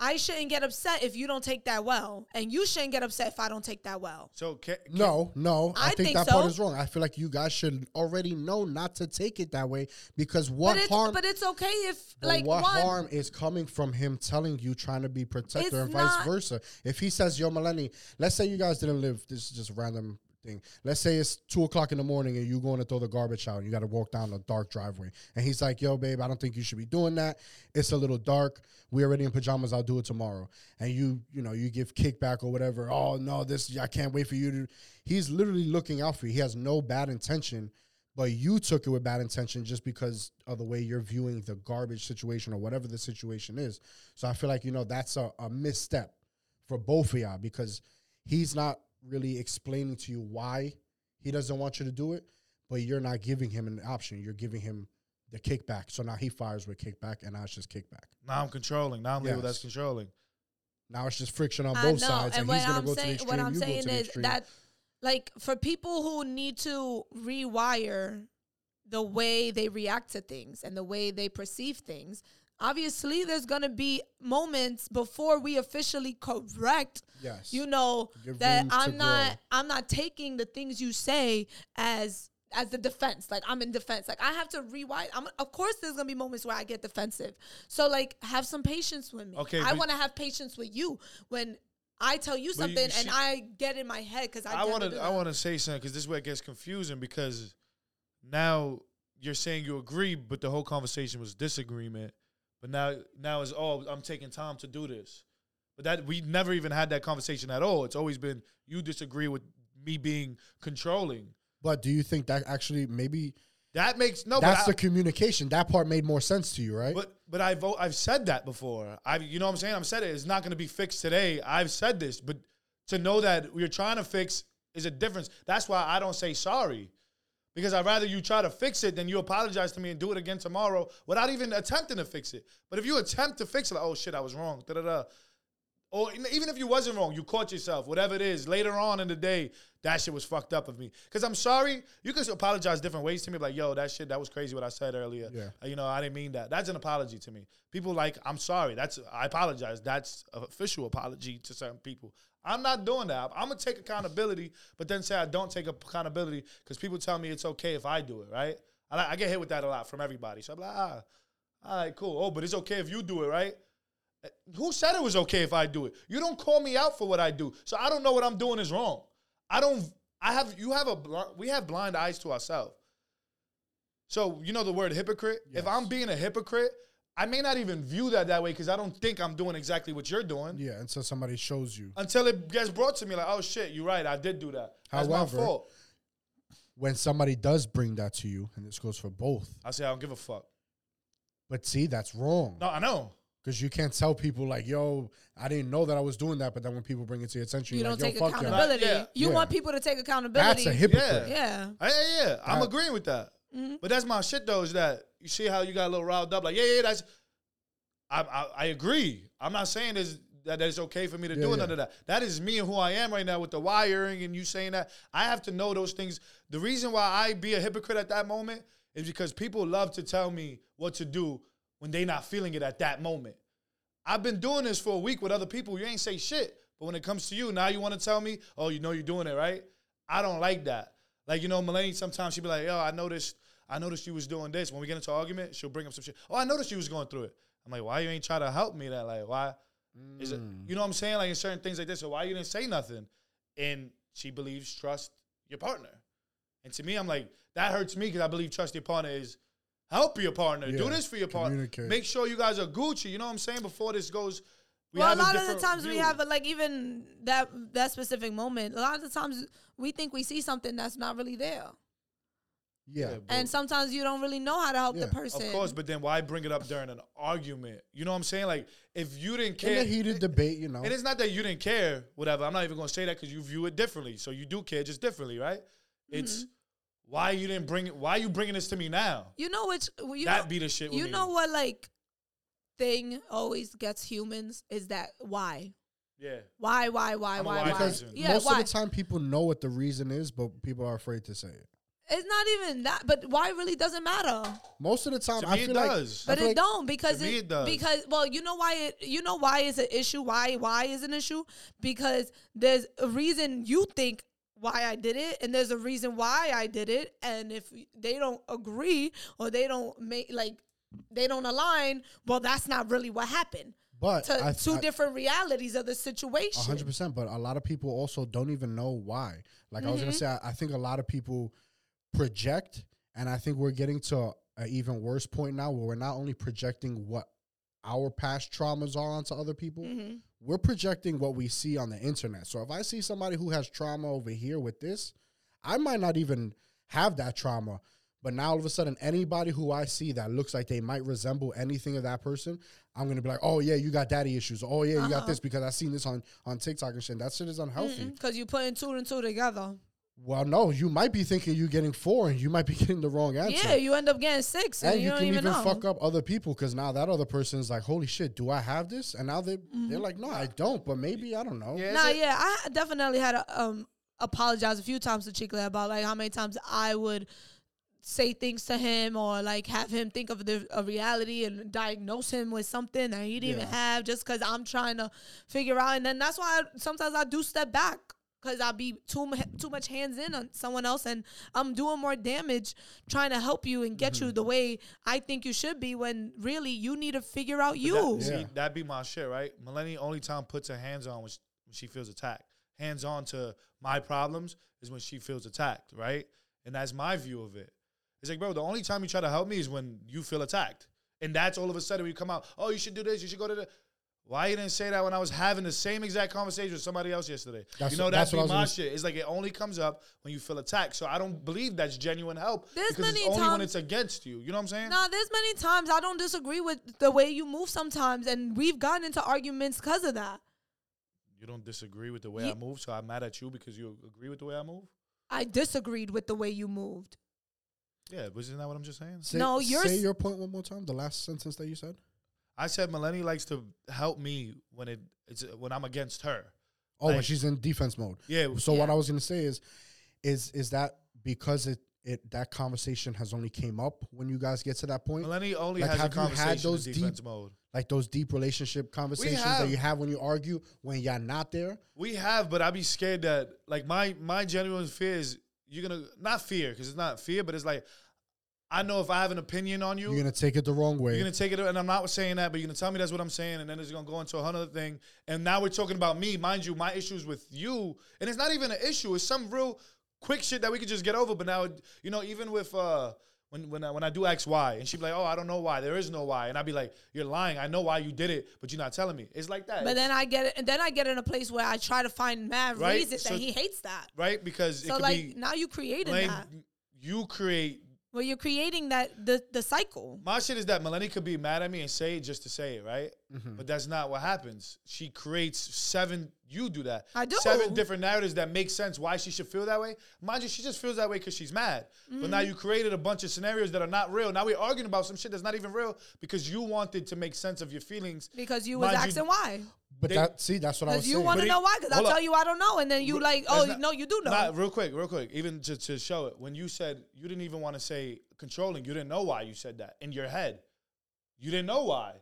I shouldn't get upset if you don't take that well, and you shouldn't get upset if I don't take that well. So ca- ca- No, no, I, I think, think that part so. is wrong. I feel like you guys should already know not to take it that way because what but it's harm? but it's okay if But like what one harm is coming from him telling you trying to be protector It's and vice not- versa? If he says, "Yo, Melanie, let's say you guys didn't live," this is just random thing. Let's say it's two o'clock in the morning and you going to throw the garbage out and you got to walk down a dark driveway, and he's like, "Yo, babe, I don't think you should be doing that. It's a little dark. We already in pajamas. I'll do it tomorrow." And you, you know, you give kickback or whatever. Oh no, this I can't wait for you to. He's literally looking out for you. He has no bad intention but you took it with bad intention just because of the way you're viewing the garbage situation or whatever the situation is. So I feel like, you know, that's a, a misstep for both of y'all because he's not really explaining to you why he doesn't want you to do it, but you're not giving him an option. You're giving him the kickback. So now he fires with kickback and now it's just kickback. now I'm controlling. Now I'm labeled Yes. as controlling. Now it's just friction on I both know, sides. and And, what he's going I'm to go to the saying extreme. what I'm you go saying to the is extreme. that like for people who need to rewire the way they react to things and the way they perceive things obviously there's going to be moments before we officially correct Yes. you know Give that room to i'm not grow. i'm not taking the things you say as as the defense like i'm in defense like i have to rewire i'm of course there's going to be moments where i get defensive so like have some patience with me Okay, i but- want to have patience with you when i tell you But you- something you and see- i get in my head because i I want want to I want to say something because this way it gets confusing because now you're saying you agree, but the whole conversation was disagreement. But now now it's oh I'm taking time to do this, but that we never even had that conversation at all. It's always been you disagree with me being controlling. But do you think that actually maybe That makes no. that's the but I- communication? That part made more sense to you, right? but but I've o- I've said that before. I've you know what I'm saying. I've said it. It's not going to be fixed today. I've said this, but to know that we're trying to fix is a difference. That's why I don't say sorry, because I'd rather you try to fix it than you apologize to me and do it again tomorrow without even attempting to fix it. But if you attempt to fix it, like, oh shit, I was wrong. Da da da. Or even- even if you wasn't wrong, you caught yourself. Whatever it is, later on in the day, that shit was fucked up of me. Cause I'm sorry. You can apologize different ways to me, like, yo, that shit, that was crazy what I said earlier. Yeah. Uh, You know, I didn't mean that. That's an apology to me. People like, I'm sorry. That's I apologize. That's an official apology to certain people. I'm not doing that. I'm gonna take accountability, but then say I don't take accountability because people tell me it's okay if I do it. Right? I, li- I get hit with that a lot from everybody. So I'm like, ah, all right, cool. Oh, but it's okay if you do it, right? Who said it was okay if I do it? You don't call me out for what I do, so I don't know what I'm doing is wrong. I don't. I have. You have a. bl- We have blind eyes to ourselves. So you know the word hypocrite. If I'm being a hypocrite, I may not even view that that way because I don't think I'm doing exactly what you're doing yeah, and so somebody shows you. until it gets brought to me. Like, oh shit, you're right. I did do that. That's However- my fault. When somebody does bring that to you, and this goes for both. I say I don't give a fuck. But see, that's wrong. No, I know. Because you can't tell people like, "Yo, I didn't know that I was doing that," but then when people bring it to your attention, you you're don't like, take "Yo, fuck y'all." accountability Yeah. you Yeah. want people to take accountability That's a hypocrite. yeah Oh, Yeah, yeah, yeah. I'm That- agreeing with that. But that's my shit though. Is that you see how you got a little riled up? Like, yeah, yeah. That's. I I, I agree. I'm not saying this. That, that it's okay for me to Yeah, do yeah. none of that. That is me and who I am right now with the wiring and you saying that. I have to know those things. The reason why I be a hypocrite at that moment is because people love to tell me what to do when they not feeling it at that moment. I've been doing this for a week with other people. You ain't say shit. But when it comes to you, now you want to tell me, oh, you know you're doing it, right? I don't like that. Like, you know, Melanie, sometimes she be like, yo, I noticed, I noticed you was doing this. When we get into argument, she'll bring up some shit. Oh, I noticed you was going through it. I'm like, why you ain't try to help me that? Like, why? Is it, Mm. you know what I'm saying? Like, in certain things like this, so why you didn't say nothing? And she believes trust your partner. And to me, I'm like, that hurts me because I believe trust your partner is help your partner. Yeah, Do this for your partner. communicate. Make sure you guys are Gucci. You know what I'm saying? Before this goes, we well, a have lot of the different times we view. have, a, like, even that that specific moment. A lot of the times we think we see something that's not really there, Yeah, bro. and sometimes you don't really know how to help Yeah. the Of person. Of course, but then why bring it up during an argument? You know what I'm saying? Like, if you didn't in care, a heated debate, you know. and it's not that you didn't care, whatever. I'm not even gonna say that because you view it differently. So you do care just differently, right? Mm-hmm. It's why you didn't bring it. Why you bringing this to me now? you know which you that know, be the shit. With you me. know what like thing always gets humans is that why Yeah. why why why I'm a why why why person. yeah Most why of the time, people know what the reason is, but people are afraid to say it. it's not even that but why really doesn't matter. Most of the time, To I me, it feel like, does. I But it feel like- don't because To me, it, it does. because well you know why it you know why it's an issue why why is an issue because there's a reason you think why I did it and there's a reason why I did it and if they don't agree or they don't make like they don't align well that's not really what happened But to I- two I- different realities of the A situation hundred percent. But a lot of people also don't even know why. Like I was gonna say, I, I think a lot of people project, and I think we're getting to an even worse point now, where we're not only projecting what our past traumas are onto other people, Mm-hmm. we're projecting what we see on the internet. So if I see somebody who has trauma over here with this, I might not even have that trauma. But now all of a sudden, anybody who I see that looks like they might resemble anything of that person, I'm gonna be like, oh yeah, you got daddy issues. Oh yeah, Uh-huh. you got this because I seen this on on TikTok and shit. That shit is unhealthy. because you're Mm-hmm. putting two and two together Well, no, you might be thinking you're getting four and you might be [LAUGHS] getting the wrong answer. yeah you end up getting six and, and you, you don't can even, even know fuck up other people because now that other person is like, holy shit, do I have Mm-hmm. this? And now they they're like, no, I don't. But maybe I don't know. Yeah. Nah, it- yeah, I definitely had a um apologized a few times to Chicle about like how many times I would say things to him or like have him think of the a reality and diagnose him with something that he didn't even Yeah. have just because I'm trying to figure out. And then that's why I, sometimes I do step back because I'll be too mu- too much hands in on someone else and I'm doing more damage trying to help you and get Mm-hmm. you the way I think you should be when really you need to figure out But you. That, Yeah. See, that'd be my shit, right? Melanie only time puts her hands on when she, when she feels attacked. Hands on to my problems is when she feels attacked, right? And that's my view of it. It's like, bro, the only time you try to help me is when you feel attacked. And that's all of a sudden when you come out, oh, you should do this, you should go to the. Why you didn't say that when I was having the same exact conversation with somebody else yesterday? That's- you know, that's that's, what I was my gonna- shit. It's like it only comes up when you feel attacked. So I don't believe that's genuine help. There's because many it's only when times- it's against you. You know what I'm saying? No, there's many times I don't disagree with the way you move sometimes, and we've gotten into arguments because of that. you don't disagree with the way Ye- I move, so I'm mad at you because you agree with the way I move. I disagreed with the way you moved. Yeah, but isn't that what I'm just saying? Say, No, you're say s- your point one more time. The last sentence that you said. I said Melanie likes to help me when it it's when I'm against her. Oh, when Like- Oh, she's in defense mode. Yeah, So what Yeah. I was gonna say is, is is that because it it that conversation has only came up when you guys get to that point, Melanie only Like, has a have you had conversation those in deep- defense mode. like those deep relationship conversations that have- you have when you argue when you're not there. We have, but I'd be scared that like my my genuine fear is you're gonna not fear because it's not fear, but it's like I know if I have an opinion on you, You're gonna take it the wrong way. You're gonna take it, and I'm not saying that, but you're gonna tell me that's what I'm saying, and then it's gonna go into a whole other thing. And now we're talking about me, mind you, my issues with you, and it's not even an issue. It's some real quick shit that we could just get over. But now, it- you know, even with uh, when when I, when I do ask why, and she'd be like, "Oh, I don't know why. There is no why," and I'd be like, "You're lying. I know why you did it, but you're not telling me." It's like that, But then I get it, and then I get in a place where I try to find mad Right? reasons So- that he hates that. right? Because it So could like be now you created blame- that. you create Well, you're creating that the the cycle. My shit is that Melanie could be mad at me and say it just to say it, right? But that's not what happens. She creates seven. You do that. I do. seven different narratives that make sense why she should feel that way. Mind you, she just feels that way because she's mad. But Mm-hmm. now you created a bunch of scenarios that are not real. Now we're arguing about some shit that's not even real because you wanted to make sense of your feelings. Because you was Mind you- asking why. but they- that see, that's what I was Because you saying. want to But know it- why. Because I hold up. tell you I don't know, and then you like, oh That's not- no, you do know. Nah, real quick, real quick. Even to, to show it, when you said you didn't even want to say controlling, you didn't know why you said that in your head. You didn't know why.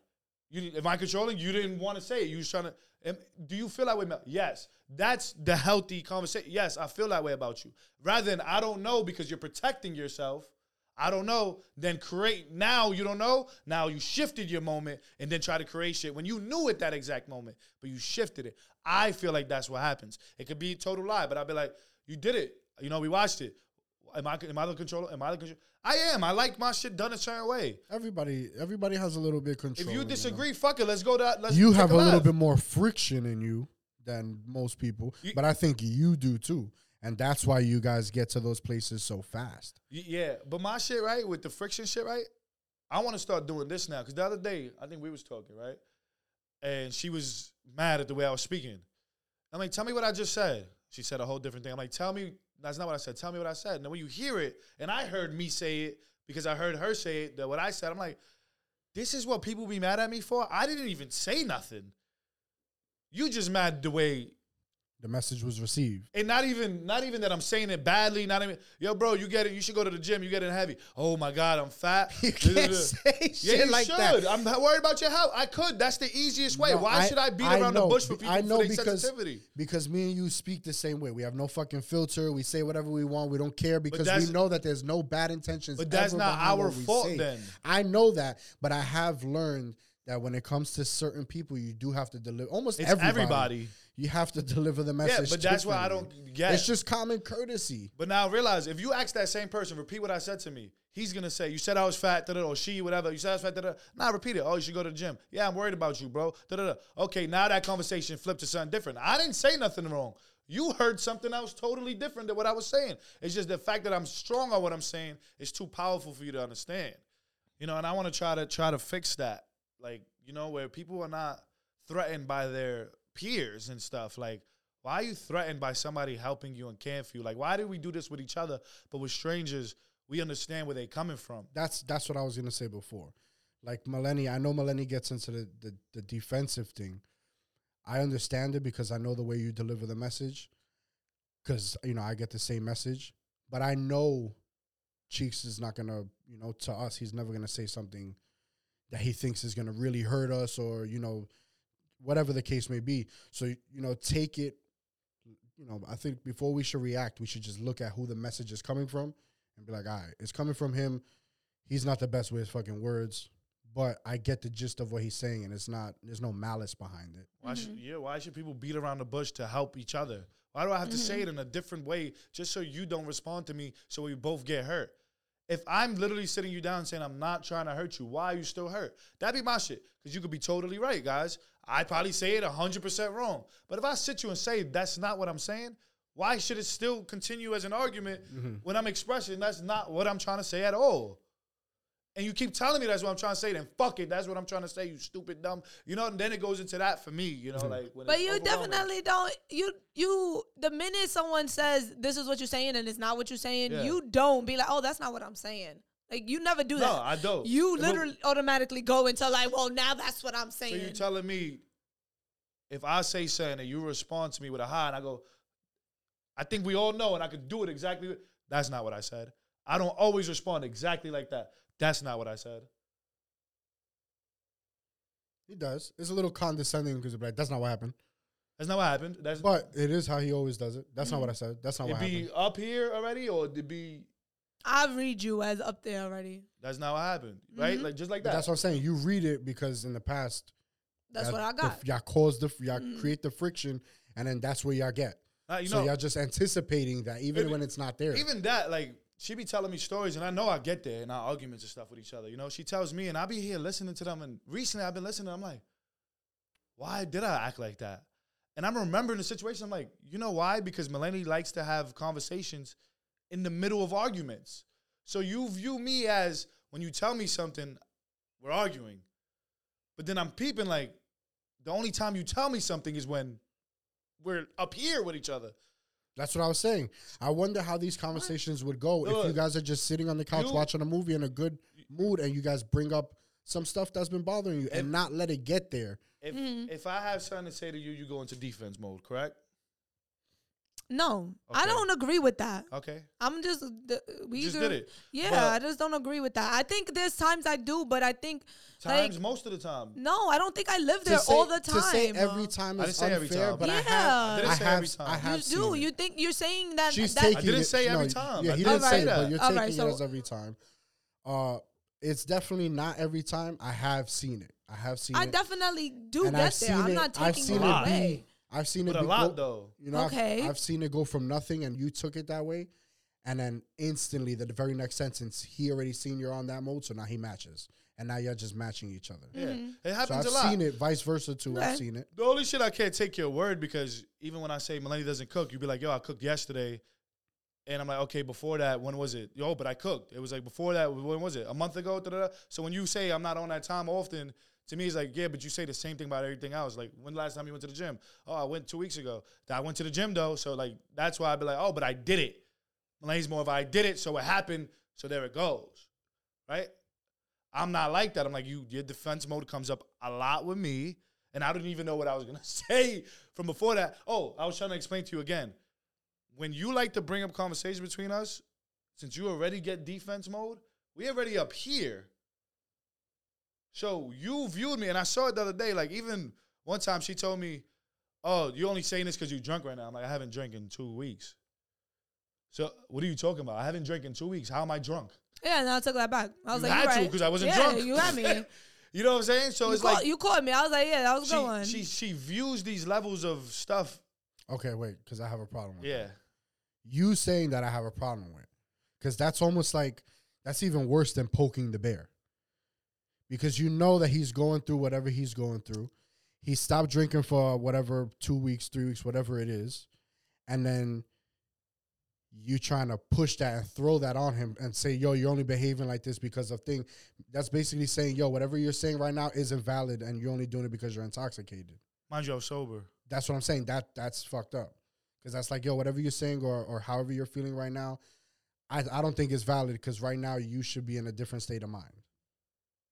You didn't- am I controlling? You didn't want to say it. You was trying to. am- do you feel that way? Mel? Yes, that's the healthy conversation. Yes, I feel that way about you. Rather than I don't know because you're protecting yourself. I don't know. Then create now. You don't know. Now you shifted your moment and then try to create shit when you knew at that exact moment, but you shifted it. I feel like that's what happens. It could be a total lie, but I'd be like, you did it. You know, we watched it. Am I am I the controller? Am I the controller? I am. I like my shit done a certain way. everybody, everybody has a little bit of control. If you know? disagree, fuck it. Let's go to. Let's you take have a little left. bit more friction in you than most people, You- but I think you do too, and that's why you guys get to those places so fast. Y- Yeah, but my shit right with the friction shit right. I want to start doing this now because the other day I think we was talking right, and she was mad at the way I was speaking. I'm like, tell me what I just said. She said a whole different thing. I'm like, tell me that's not what I said. Tell me what I said. And then when you hear it, and I heard me say it because I heard her say it that what I said. I'm like, this is what people be mad at me for. I didn't even say nothing. You just mad the way The message was received. [LAUGHS] and not even not even that I'm saying it badly. Not even yo, bro. You get it. You should go to the gym. You get it heavy. Oh my god, [LAUGHS] I'm fat. yeah, you should. I'm not worried about your health. I could. That's the easiest way. No, Why should I beat around know, the bush for be- people for their sensitivity? because me and you speak the same way. We have no fucking filter. We say whatever we want. We don't care because we that's- know that there's no bad intentions. But that's ever not behind our what we fault say. then. I know that, but I have learned that when it comes to certain people, you do have to deliver. Almost It's everybody, everybody. you have to [LAUGHS] deliver the Yeah, message. but that's why I differently. don't get. It's just common courtesy. But now realize if you ask that same person, repeat what I said to me. He's gonna say, "You said I was fat, da da," or she, whatever. You said I was fat, da da. Now repeat it. Oh, you should go to the gym. Yeah, I'm worried about you, bro. Da da da. Okay, now that conversation flipped to something different. I didn't say nothing wrong. You heard something else totally different than what I was saying. It's just the fact that I'm strong on what I'm saying is too powerful for you to understand. You know, and I want to try to try to fix that. Like, you know, where people are not threatened by their peers and stuff. Like, why are you threatened by somebody helping you and caring for you? Like, why do we do this with each other, but with strangers, we understand where they're coming from? that's that's what I was gonna say before. Like Melanie, I know Melanie gets into the, the, the defensive thing. I understand it because I know the way you deliver the message. because you know I get the same message, but I know Cheeks is not gonna, you know, to us he's never gonna say something that he thinks is gonna really hurt us or you know whatever the case may be. So you know, take it. You know, I think before we should react, we should just look at who the message is coming from and be like, all right, it's coming from him. He's not the best with his fucking words, but I get the gist of what he's saying, and it's not. There's no malice behind it. Why should yeah? Why should people beat around the bush to help each other? Why do I have to say it in a different way just so you don't respond to me so we both get hurt? If I'm literally sitting you down saying I'm not trying to hurt you, why are you still hurt? That'd be my shit. Cause you could be totally right, guys. I probably say it hundred percent wrong. But if I sit you and say that's not what I'm saying, why should it still continue as an argument when I'm expressing that's not what I'm trying to say at all? and you keep telling me that's what I'm trying to say, then fuck it. That's what I'm trying to say, you stupid dumb. You know, and then it goes into that for me, you know, like when But it's you overwhelming. definitely don't you you the minute someone says this is what you're saying and it's not what you're saying, Yeah. you don't be like, Oh, that's not what I'm saying. Like you never do No, that. I don't. You But- literally automatically go into like, well, now that's what I'm So saying. you telling me if I say something and you respond to me with a hi and I go, I think we all know and I could do it exactly. That's not what I said. I don't always respond exactly like that. That's not what I said. He does. It's a little condescending because like that's not what happened, That's not what happened. That's but it is how he always does it. That's not what I said. That's not it what happened. be up here already or it be I read you as up there already. that's not what happened. Right? Like just like But that. Mm-hmm. that's what I'm saying. You read it because in the past, That's y'all- what I the- got. Mm. y'all cause the y'all create the friction, and then that's where y'all get. Now, you so know- y'all just anticipating that even Maybe- when it's not there. Even that, like, she be telling me stories, and I know I get there in our arguments and stuff with each other. You know, she tells me, and I be here listening to them. And recently, I've been listening. I'm like, why did I act like that? And I'm remembering the situation. I'm like, you know why? Because Melanie likes to have conversations in the middle of arguments. So you view me as when you tell me something, we're arguing. But then I'm peeping like the only time you tell me something is when we're up here with each other. that's what I was saying. I wonder how these conversations would go if you Look. guys are just sitting on the couch You- watching a movie in a good mood, and you guys bring up some stuff that's been bothering you, and, not let it get there. If Mm-hmm. if I have something to say to you, you go into defense mode, correct? No, I Okay. don't agree with that. Okay. I'm just the, we just either- did it. Yeah, But- I just don't agree with that. I think there's times I do, but I think Times like most of the time. no, I don't think I live there To say- all the time. To say uh, every time I didn't is say unfair, every time. but I Yeah. I have. didn't I say have, every time. I You have you seen do. it. You think you're saying that? She's that- taking. I didn't it- say every no, time. Yeah, I he didn't didn't say say it, but that. you're All taking right, it as so- every time. Uh, it's definitely not every time. I have seen it. I have seen I it. definitely do and I've get there. seen I'm it- not I've taking seen it A lot. away. I've seen But it a lot go- though. You know, I've- Okay. I've, seen it go from nothing, and you took it that way, and then instantly, the very next sentence, he already seen you're on that mode, so now he matches, and now you're just matching each other. Yeah. Mm-hmm. It So happens I've a lot. seen it, vice versa too. Okay. I've seen it. The only shit I can't take your word because even when I say Melanie doesn't cook, you'd be like, yo, I cooked yesterday. And I'm like, okay, before that, when was it? Yo, but I cooked. It was like, before that, when was it? A month ago? Da-da-da. So when you say I'm not on that time often, to me, it's like, yeah, but you say the same thing about everything else. Like, when the last time you went to the gym? Oh, I went two weeks ago. I went to the gym though. So, like, that's why I'd be like, oh, but I did it. Melanie's more of I did it, so it happened, so there it goes. Right? I'm not like that. I'm like, you your defense mode comes up a lot with me. And I didn't even know what I was gonna [LAUGHS] say from before that. Oh, I was trying to explain to you again. When you like to bring up conversation between us, since you already get defense mode, we already up here. So you viewed me, and I saw it the other day. Like even one time, she told me, "Oh, you're only saying this because you drunk right now." I'm like, "I haven't drank in two weeks." So what are you talking about? I haven't drank in two weeks. How am I drunk? Yeah, and I took that back. I was You like, had you to, right. 'cause I wasn't yeah, drunk. You had me. you, You know what I'm saying? [LAUGHS] So it's caught, like you caught me. I was like, yeah, that was a good one. she, she she views these levels of stuff. Okay, wait, because I have a problem. With Yeah, you saying that I have a problem with. Because that's almost like that's even worse than poking the bear. Because you know that he's going through whatever he's going through. He stopped drinking for whatever two weeks, three weeks, whatever it is, and then you trying to push that and throw that on him and say, "Yo, you're only behaving like this because of thing." That's basically saying, "Yo, whatever you're saying right now isn't valid, and you're only doing it because you're intoxicated." mind you, I was sober. that's what I'm saying. That that's fucked up. Because that's like, yo, whatever you're saying or or however you're feeling right now, I I don't think it's valid because right now you should be in a different state of mind.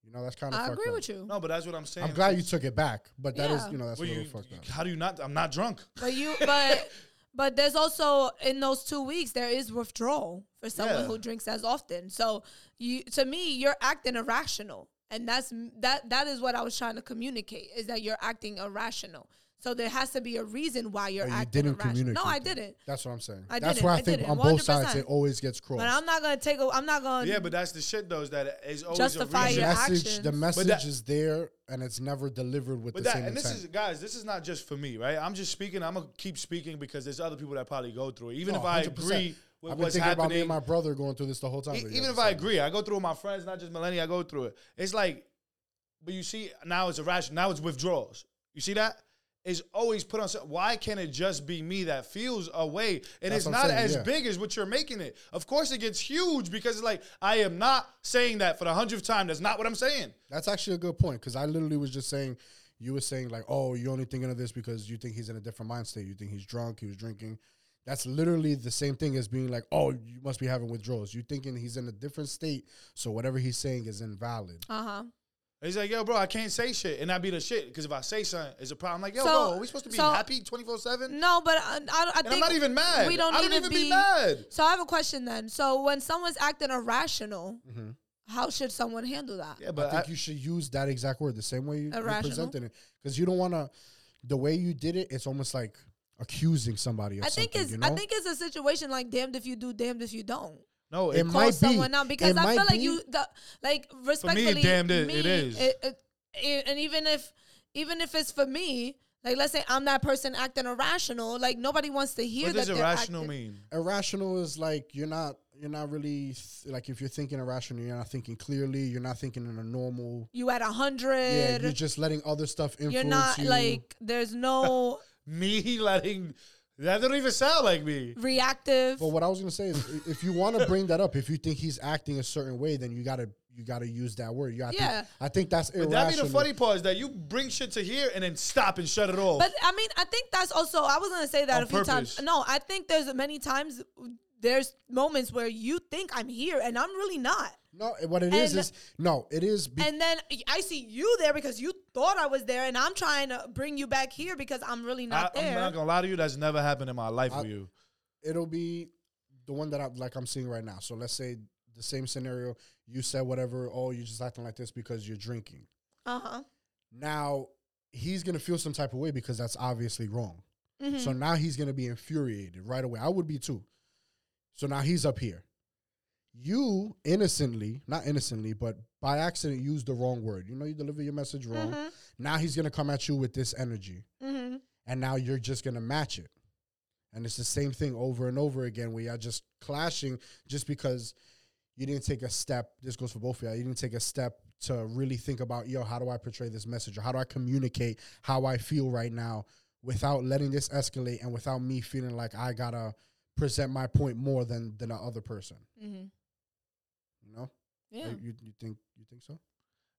You know, that's kind of I fucked agree up. with you. No, but that's what I'm saying. I'm glad you took it back, but that is, Yeah. you know, that's Well, a you, little fucked you- up. [LAUGHS] how do you not? I'm not drunk. But you, but But there's also in those two weeks there is withdrawal for someone Yeah. who drinks as often. So you, to me, you're acting irrational, and that's that. That is what I was trying to communicate is that you're acting irrational. So there has to be a reason why you're But you acting didn't irrational. communicate. No, I that. didn't. That's what I'm saying. I That's didn't. why I I think didn't. on both sides 100%. it always gets crossed. But I'm not gonna take. A, I'm not gonna. Yeah, but that's the shit though. Is that it's always Justify a the your reason. message, actions. the But message that- is there, and it's never delivered with But the that same and this intent. is guys, this is not just for me, right? I'm just speaking. I'm gonna keep speaking because there's other people that probably go through it. Even No, if I 100%. agree with I've been what's thinking about me happening, and my brother going through this the whole time. E- that you even guys if were I saying. agree, I go through with my friends, not just millennia, I go through it. It's like, but you see, now it's irrational. Now it's withdrawals. You see that? It's always put on. so- Why can't it just be me that feels a way? And That's it's what not I'm saying, as yeah. big as what you're making it. Of course, it gets huge because it's like I am not saying that for the hundredth time. That's not what I'm saying. That's actually a good point because I literally was just saying, you were saying like, oh, you're only thinking of this because you think he's in a different mind state. You think he's drunk. He was drinking. That's literally the same thing as being like, oh, you must be having withdrawals. You're thinking he's in a different state, so whatever he's saying is invalid. Uh huh. He's like, yo, bro, I can't say shit, and that be the shit. Because if I say something, it's a problem. like, yo, So- bro, are we supposed to be so- happy twenty four seven? No, but I, I, I And think I'm not even mad. We don't I need don't to even be, be- mad. So I have a question then. So when someone's acting irrational, how should someone handle that? Mm-hmm. Yeah, I but think I- you should use that exact word the same way you, you Uh, Irrational. presented it because you don't want to. The way you did it, it's almost like accusing somebody of I something. think it's you know? I think it's a situation like damned if you do, damned if you don't. no, It it might Call be. someone out because It I might feel like be. you the like respectfully. damned it- it me, is. it- it- it- and even if even if it's for me, like let's say I'm that person acting irrational, like nobody wants to hear What that does they're irrational acting- mean? irrational is like you're not you're not really th- like if you're thinking irrational you're not thinking clearly you're not thinking in a normal You at a yeah hundred. you're just letting other stuff influence you're not you. like there's [LAUGHS] no Me letting that don't even sound like me. reactive. but what i was gonna say is i- if you want to bring that up if you think he's acting a certain way then you gotta you gotta use that word you gotta Yeah. think, i think that's irrational That be the funny part is that you bring shit to here and then stop and shut it off. But I mean, I think that's also. I was gonna say that On a few times. purpose. No, I think there's many times. There's moments where you think I'm here and I'm really not, no what it is And- is no it is be- and then I see you there because you thought I was there, and I'm trying to bring you back here because I'm really not I, there. am not gonna lie to you, that's never happened in my life I- with you. it'll be the one that I like I'm seeing right now. So let's say the same scenario. You said whatever. Oh, you're just acting like this because you're drinking. uh huh. Now he's gonna feel some type of way because that's obviously wrong. So now he's gonna be infuriated right away. I would be too. So now he's up here. You innocently, not innocently, but by accident used the wrong word. You know, you deliver your message wrong. Now he's gonna come at you with this energy Mm-hmm. and now you're just gonna match it. And it's the same thing over and over again where y'all just clashing just because you didn't take a step. This goes for both of y'all. You didn't take a step to really think about, yo, how do I portray this message or how do I communicate how I feel right now without letting this escalate and without me feeling like I gotta present my point more than than the other person. Mm-hmm. You know? Yeah. You, you think you think so?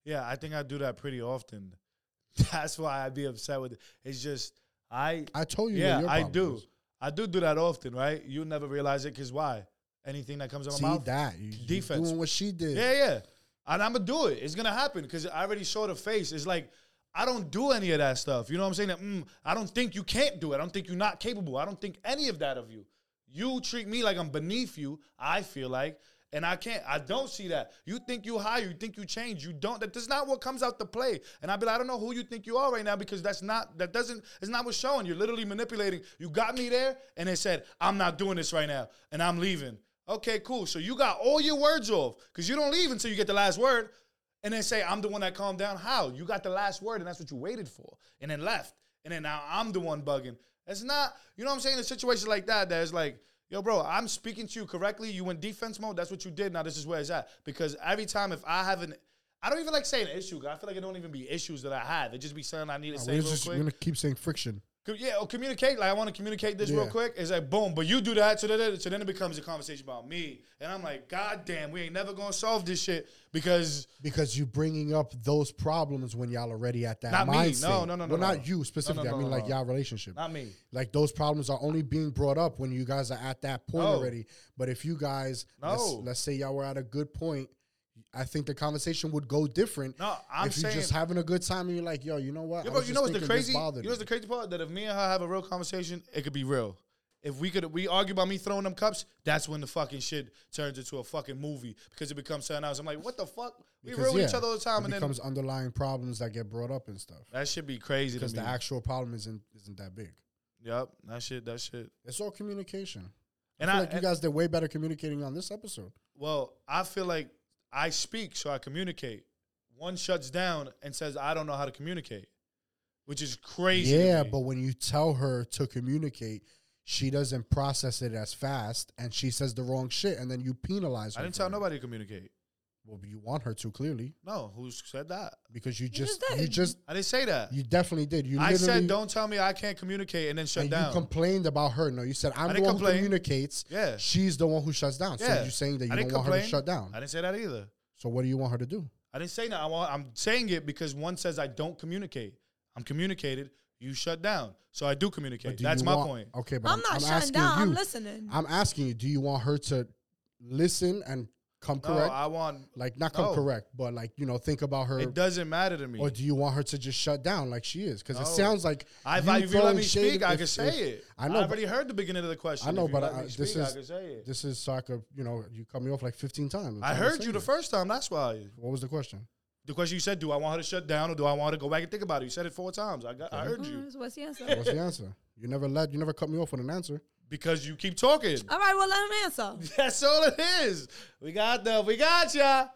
Yeah, I think I do that pretty often. [LAUGHS] That's why I'd be upset with it. It's just I I told you. what yeah, your I problem do. is. I do do that often, right? You never realize it because why? Anything that comes out of See my mouth. that. You, you Defense. doing what she did. Yeah, yeah. And I'm gonna do it. It's gonna happen because I already saw the face. It's like I don't do any of that stuff. You know what I'm saying? That, mm, I don't think you can't do it. I don't think you're not capable. I don't think any of that of you. You treat me like I'm beneath you. I feel like, and I can't. I don't see that. You think you higher. You think you change. You don't. That, that's not what comes out to play. And I be like, I don't know who you think you are right now because that's not. That doesn't. It's not what's showing. You're literally manipulating. You got me there, and they said I'm not doing this right now, and I'm leaving. Okay, cool. So you got all your words off because you don't leave until you get the last word. And then say, I'm the one that calmed down. How? You got the last word and that's what you waited for and then left. And then now I'm the one bugging. That's not, you know what I'm saying? A situation like that, that is like, yo, bro, I'm speaking to you correctly. You in defense mode. That's what you did. Now this is where it's at. Because every time if I have an, I don't even like saying issue. 'cause I feel like it don't even be issues that I have. It just be something I need to Nah, say We're real just quick. gonna keep saying friction. Co- Yeah, or communicate. Like I want to communicate this real Yeah. quick. It's like boom, but you do that, so then so then it becomes a conversation about me, and I'm like, God damn, we ain't never gonna solve this shit because because you bringing up those problems when y'all already at that Not me. mindset. No, no, no, no, Well, no. not you specifically. no, I mean, no, like no. y'all relationship. not me. like those problems are only being brought up when you guys are at that point No. already. But if you guys, let's, Oh. No. let's say y'all were at a good point, I think the conversation would go different. No, I'm if you're saying- just having a good time and you're like, yo, you know what? I Yo, bro, was just you know what's the thinking this crazy? You bothered know what's me. the crazy part that if me and her have a real conversation, it could be real. If we could, we argue about me throwing them cups. That's when the fucking shit turns into a fucking movie because it becomes something else. I'm like, what the fuck? We Because, real with each yeah, other all the time, it and then becomes underlying problems that get brought up and stuff. that should be crazy to me. Because the actual problem isn't isn't that big. yep, that shit, that shit. It's all communication. And I I, feel like you and- guys did way better communicating on this episode. well, I feel like I speak, so I communicate. One shuts down and says, I don't know how to communicate, which is crazy. to Yeah, me. but when you tell her to communicate, she doesn't process it as fast, and she says the wrong shit, and then you penalize her. I didn't for tell it. nobody to communicate. Well, you want her to clearly No, who said that? because you just just you did. just I didn't say that. you definitely did. You I literally- said, don't tell me I can't communicate and then shut and down. You complained about her. No, you said I'm the didn't one complain. who communicates. Yeah. she's the one who shuts down. Yeah. So you're saying that you I don't didn't want her to complain. shut down. I didn't say that either. So what do you want her to do? I didn't say that. I want, I'm saying it because one says I don't communicate. I'm communicated. You shut down. So I do But communicate. do That's you my want- point. Okay, but I'm, I'm not I'm shutting asking down. You, I'm listening. I'm asking you, do you want her to listen and come No, correct? I want. like not come no. correct, but like you know, think about her. It doesn't matter to me. Or do you want her to just shut down like she is? Because No. it sounds like I, you if you let throwing me shade speak, I if- can say if- it. I I know, but- already heard the beginning of the question. I know, If you but let I- me this speak, I is- can say it. This is so I could, you know, you cut me off like 15 times. I I'm heard saying you the it. first time. That's why. What was the question? The question you said, do I want her to shut down or do I want her to go back and think about it? You said it four times. I got, I heard you Mm-hmm. Mm, so what's the answer? What's [LAUGHS] the answer? You never let, you never cut me off with an answer. because you keep talking. [LAUGHS] All right, well let him answer. That's all it is. We got the, we got ya.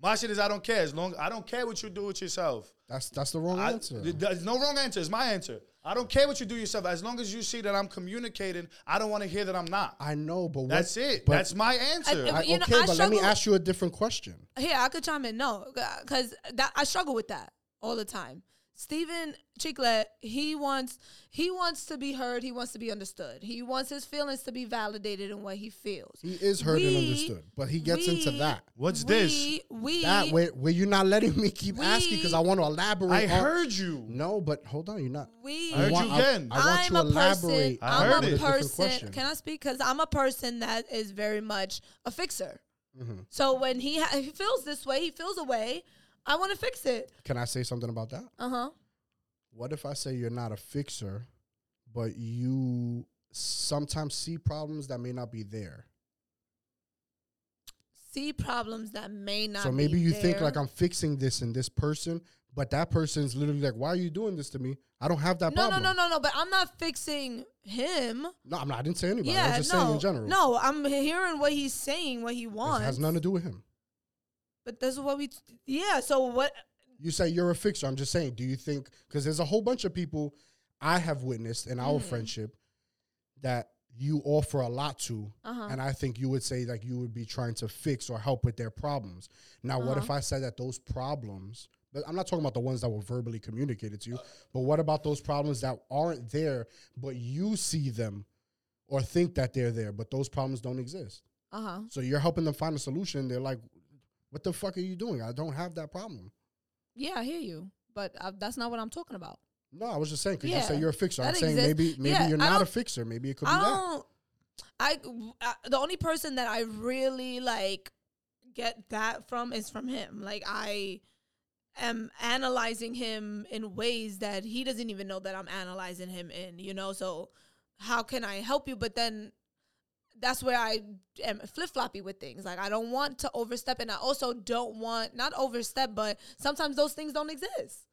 My shit is I don't care as long I don't care what you do with yourself. That's that's the wrong I, answer. th- there's no wrong answer. It's my answer. I don't care what you do yourself as long as you see that I'm communicating. I don't want to hear that I'm not. I know, but what- That's it. But That's my answer. I, But, you know, okay, I but let me struggle- ask you a different question. Here, I could chime in. No, because that I struggle with that all the time. Stephen Chiclet, he wants he wants to be heard. He wants to be understood. He wants his feelings to be validated in what he feels. He is heard and We- understood, but he gets into we- that. What's we, this? We That way, where you're not letting me keep asking because I want to elaborate. I on- heard you. No, but hold on, you're not. we. I heard want- you again. I, want am you to a person. elaborate. I I'm heard a it. It's a different person. question. Can I speak? Because I'm a person that is very much a fixer. Mm-hmm. So when he ha- he feels this way, he feels a way. I want to fix it. Can I say something about that? Uh huh. What if I say you're not a fixer, but you sometimes see problems that may not be there? See problems that may not. so maybe be you think there. like I'm fixing this in this person, but that person's literally like, "Why are you doing this to me? I don't have that No, no, problem." no, no, no. But I'm not fixing him. no. I'm not. I didn't say anybody. I yeah, was just no, saying in general. no. I'm hearing what he's saying, what he This wants. has nothing to do with him. But this is what we. Yeah. So what? you say you're a fixer. I'm just saying, do you think because there's a whole bunch of people I have witnessed in Mm-hmm. our friendship that you offer a lot to, uh-huh, and I think you would say like you would be trying to fix or help with their problems. Now, what Uh-huh. if I said that those problems? But I'm not talking about the ones that were verbally communicated to you. But what about those problems that aren't there, but you see them or think that they're there, but those problems don't exist? Uh huh. So you're helping them find a solution. They're like, "What the fuck are you doing? I don't have that problem." Yeah, I hear you. But uh, that's not what I'm talking about. No, I was just saying because you say Yeah, you're a fixer. I'm that saying exists. maybe maybe Yeah, you're I not a don't- fixer. Maybe it could be I that. don't. I, I the only person that I really like get that from is from him. Like I am analyzing him in ways that he doesn't even know that I'm analyzing him in. You know, so how can I help you? But then that's where I am flip floppy with things. Like I don't want to overstep, and I also don't want not overstep, but sometimes those things don't exist.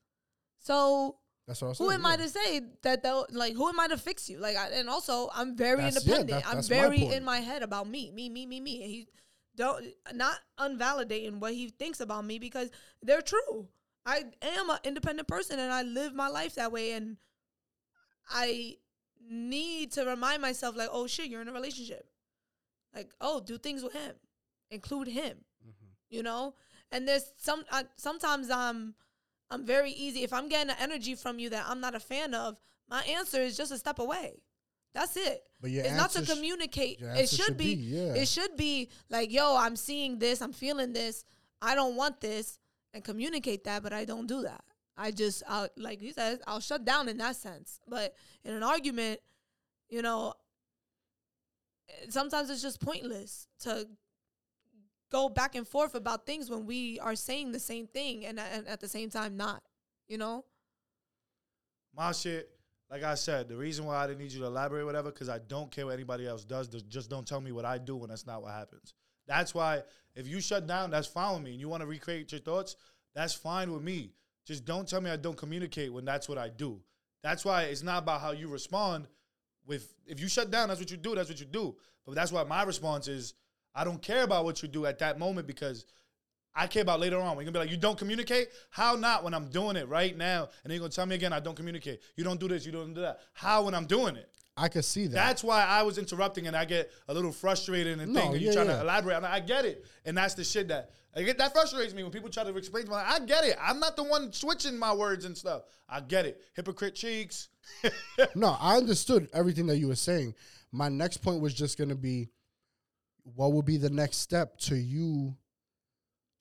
So That's what I was saying. who am I yeah. to say that though? Like, who am I to fix you? Like, I, and also, I'm very That's- yeah, independent. that- I'm that's my very point. in my head about me, me, me, me, me. And he don't not unvalidating what he thinks about me because they're true. I am an independent person, and I live my life that way. And I need to remind myself, like, oh shit, you're in a relationship. Like, oh, do things with him, include him. Mm-hmm. You know, and there's some I, sometimes I'm. I'm very easy. If I'm getting an energy from you that I'm not a fan of, my answer is just a step away. That's it. But your it's not to answer sh- communicate. your It answer should, should be. be, yeah. It should be like, yo, I'm seeing this. I'm feeling this. I don't want this, and communicate that. But I don't do that. I just, I'll, like you said, I'll shut down in that sense. But in an argument, you know, eh, sometimes it's just pointless to go back and forth about things when we are saying the same thing and, and at the same time not, you know? my shit. like I said, the reason why I didn't need you to elaborate, whatever, because I don't care what anybody else does. Just- Just don't tell me what I do, and that's not what happens. That's why if you shut down, that's fine with me, and you want to recreate your thoughts, that's fine with me. Just don't tell me I don't communicate when that's what I do. That's why it's not about how you respond. With if you shut down, that's what you do. That's what you do. But that's why my response is, I don't care about what you do at that moment because I care about later on. We're gonna be like, you don't communicate? How not when I'm doing it right now? And then you're gonna tell me again, I don't communicate. You don't do this, you don't do that. How when I'm doing it? I could see that. That's why I was interrupting and I get a little frustrated and No, think you're yeah, trying yeah. to elaborate. I'm like, I get it. And that's the shit that I get that frustrates me when people try to explain to me. Like, I get it. I'm not the one switching my words and stuff. I get it. Hypocrite cheeks. no, I understood everything that you were saying. My next point was just going to be what would be the next step to you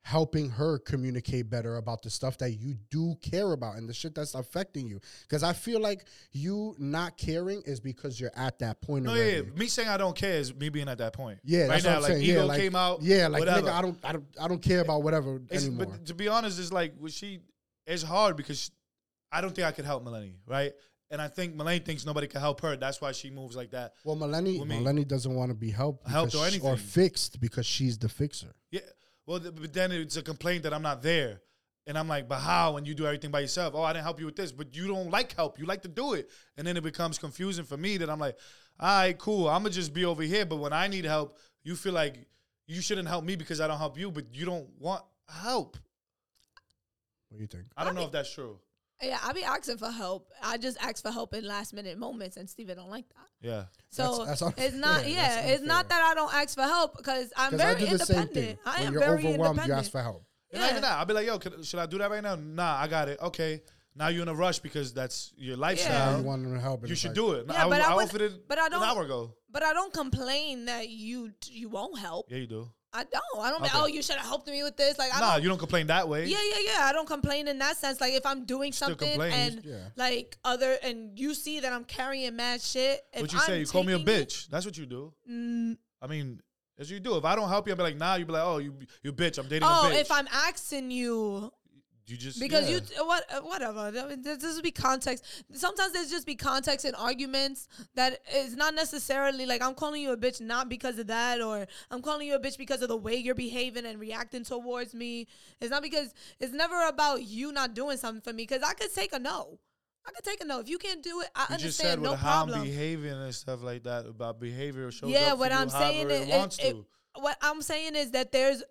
helping her communicate better about the stuff that you do care about and the shit that's affecting you? Because I feel like you not caring is because you're at that point No, already. yeah, me saying I don't care is me being at that point. Yeah, right that's now, what I'm like saying. ego yeah, like, came out. Yeah, like whatever. nigga, I don't, I don't, I don't care about whatever It's, anymore. but to be honest, it's like well, she. It's hard because I don't think I could help Melanie, right? And I think Melanie thinks nobody can help her. That's why she moves like that. well, Melanie, What me? Melanie doesn't want to be helped, Helped because or she- anything. fixed because she's the fixer. Yeah. Well, th- but then it's a complaint that I'm not there. And I'm like, but how? When you do everything by yourself? Oh, I didn't help you with this, but you don't like help. You like to do it. And then it becomes confusing for me that I'm like, all right, cool. I'm going to just be over here. But when I need help, you feel like you shouldn't help me because I don't help you, but you don't want help. What do you think? I don't know if that's true. Yeah, I be asking for help. I just ask for help in last minute moments, and Steven don't like that. Yeah. So That's- that's [LAUGHS] it's not. unfair. Yeah, That's it's not unfair. that I don't ask for help because I'm Because I very do the same independent. thing. I when am you're very overwhelmed, independent. you ask for help. And not even Yeah. that. I'll be like, yo, could, should I do that right now? Nah, I got it. Okay. Now you're in a rush because that's your Yeah. lifestyle. You want them to help. and You it's should like, do it. Yeah, I, but I I would- offered it but I don't- an hour ago. But I don't complain that you you won't help. Yeah, you do. I don't. I don't. be Okay. Oh, you should have helped me with this. Like I nah, don't. you don't complain that way. Yeah, yeah, yeah. I don't complain in that sense. Like if I'm doing something complain. and Yeah. like other and you see that I'm carrying mad shit. If What you I'm say? You call me a taking it- Mm. bitch. That's what you do. I mean, as you do. If I don't help you, I'll be like, nah. You be like, oh, you you bitch. I'm dating Oh, a bitch. if I'm asking you you just because yeah. you t- what uh, whatever I mean, this this would be context sometimes there's just be context in arguments that it's not necessarily like i'm calling you a bitch not because of that or i'm calling you a bitch because of the way you're behaving and reacting towards me it's not because it's never about you not doing something for me because i could take a no i could take a no if you can't do it i You understand just said no with how problem I'm behaving and stuff like that about behavior shows yeah up for what you i'm however saying is it wants it, it- to. what i'm saying is that there's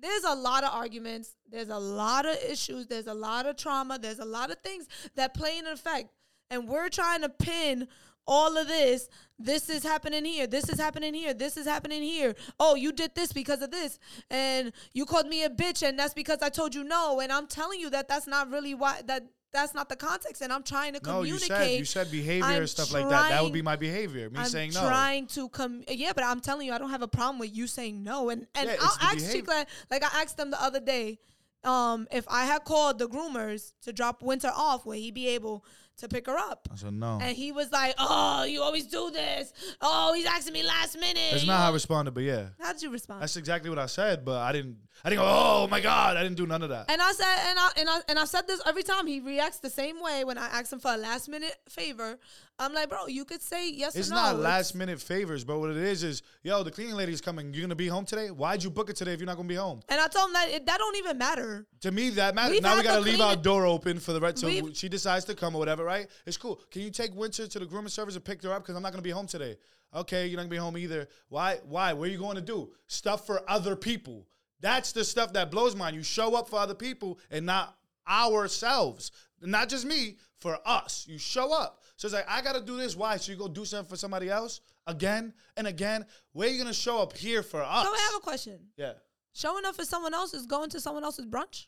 there's a lot of arguments there's a lot of issues there's a lot of trauma there's a lot of things that play an effect and we're trying to pin all of this this is happening here this is happening here this is happening here oh you did this because of this and you called me a bitch and that's because i told you no and i'm telling you that that's not really why that that's not the context and i'm trying to No, you communicate said you said behavior I'm and stuff like that. That would trying- be my behavior. Me I'm saying no. trying to come. Yeah, but I'm telling you, I don't have a problem with you saying no. And and Yeah, it's the I'll ask behavior. Chica, like I asked them the other day, um, if I had called the groomers to drop Winter off, would he be able to pick her up? I said no. And he was like, "Oh, you always do this. Oh, he's asking me last minute." That's You not how I al- responded, but yeah, How'd you respond? that's exactly what I said. But I didn't. I didn't go. Oh my god, I didn't do none of that. And I said, and I and I and I said this every time he reacts the same way when I ask him for a last minute favor. I'm like, bro, you could say yes It's or no. not It's- last minute favors, but what it is is, yo, the cleaning lady's coming. You're gonna be home today. Why'd you book it today if you're not gonna be home? And I told him that it, that don't even matter. To me, that matters. We've now we had gotta the leave cleaning- our door open for the rest. So We've- she decides to come or whatever, right? It's cool. Can you take Winter to the grooming service and pick her up? Because I'm not gonna be home today. Okay, you're not gonna be home either. Why? Why? What are you going to do? Stuff for other people. That's the stuff that blows mine. You show up for other people and not ourselves. Not just me, for us. You show up. So it's like, I gotta do this. Why? So you go do something for somebody else again and again. Where are you gonna show up here for us? So I have a question. yeah. Showing up for someone else is going to someone else's brunch.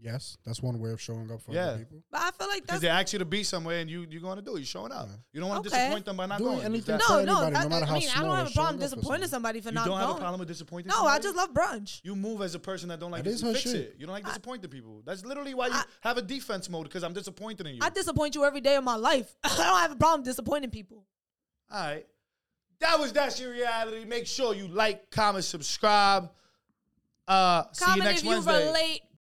Yes, that's one way of showing up for Yeah. other people. But I feel like Because that's they ask you to be somewhere and you you're going to do it. You're showing up. You don't want to Okay. disappoint them by not Doing going. anything That- for no, no. anybody, no that- matter how I mean, I small, don't have a showing problem up for disappointing somebody for you not don't have going. a problem with disappointing. no, I somebody? just love brunch. You move as a person that don't like That to is her fix shit. it. You don't like disappointing people. That's literally why you I- have a defense mode because I'm disappointed in you. I disappoint you every day of my life. [LAUGHS] I don't have a problem disappointing people. All right, that was that's your reality. Make sure you like, comment, subscribe. Uh, see you Comment next if Wednesday. you relate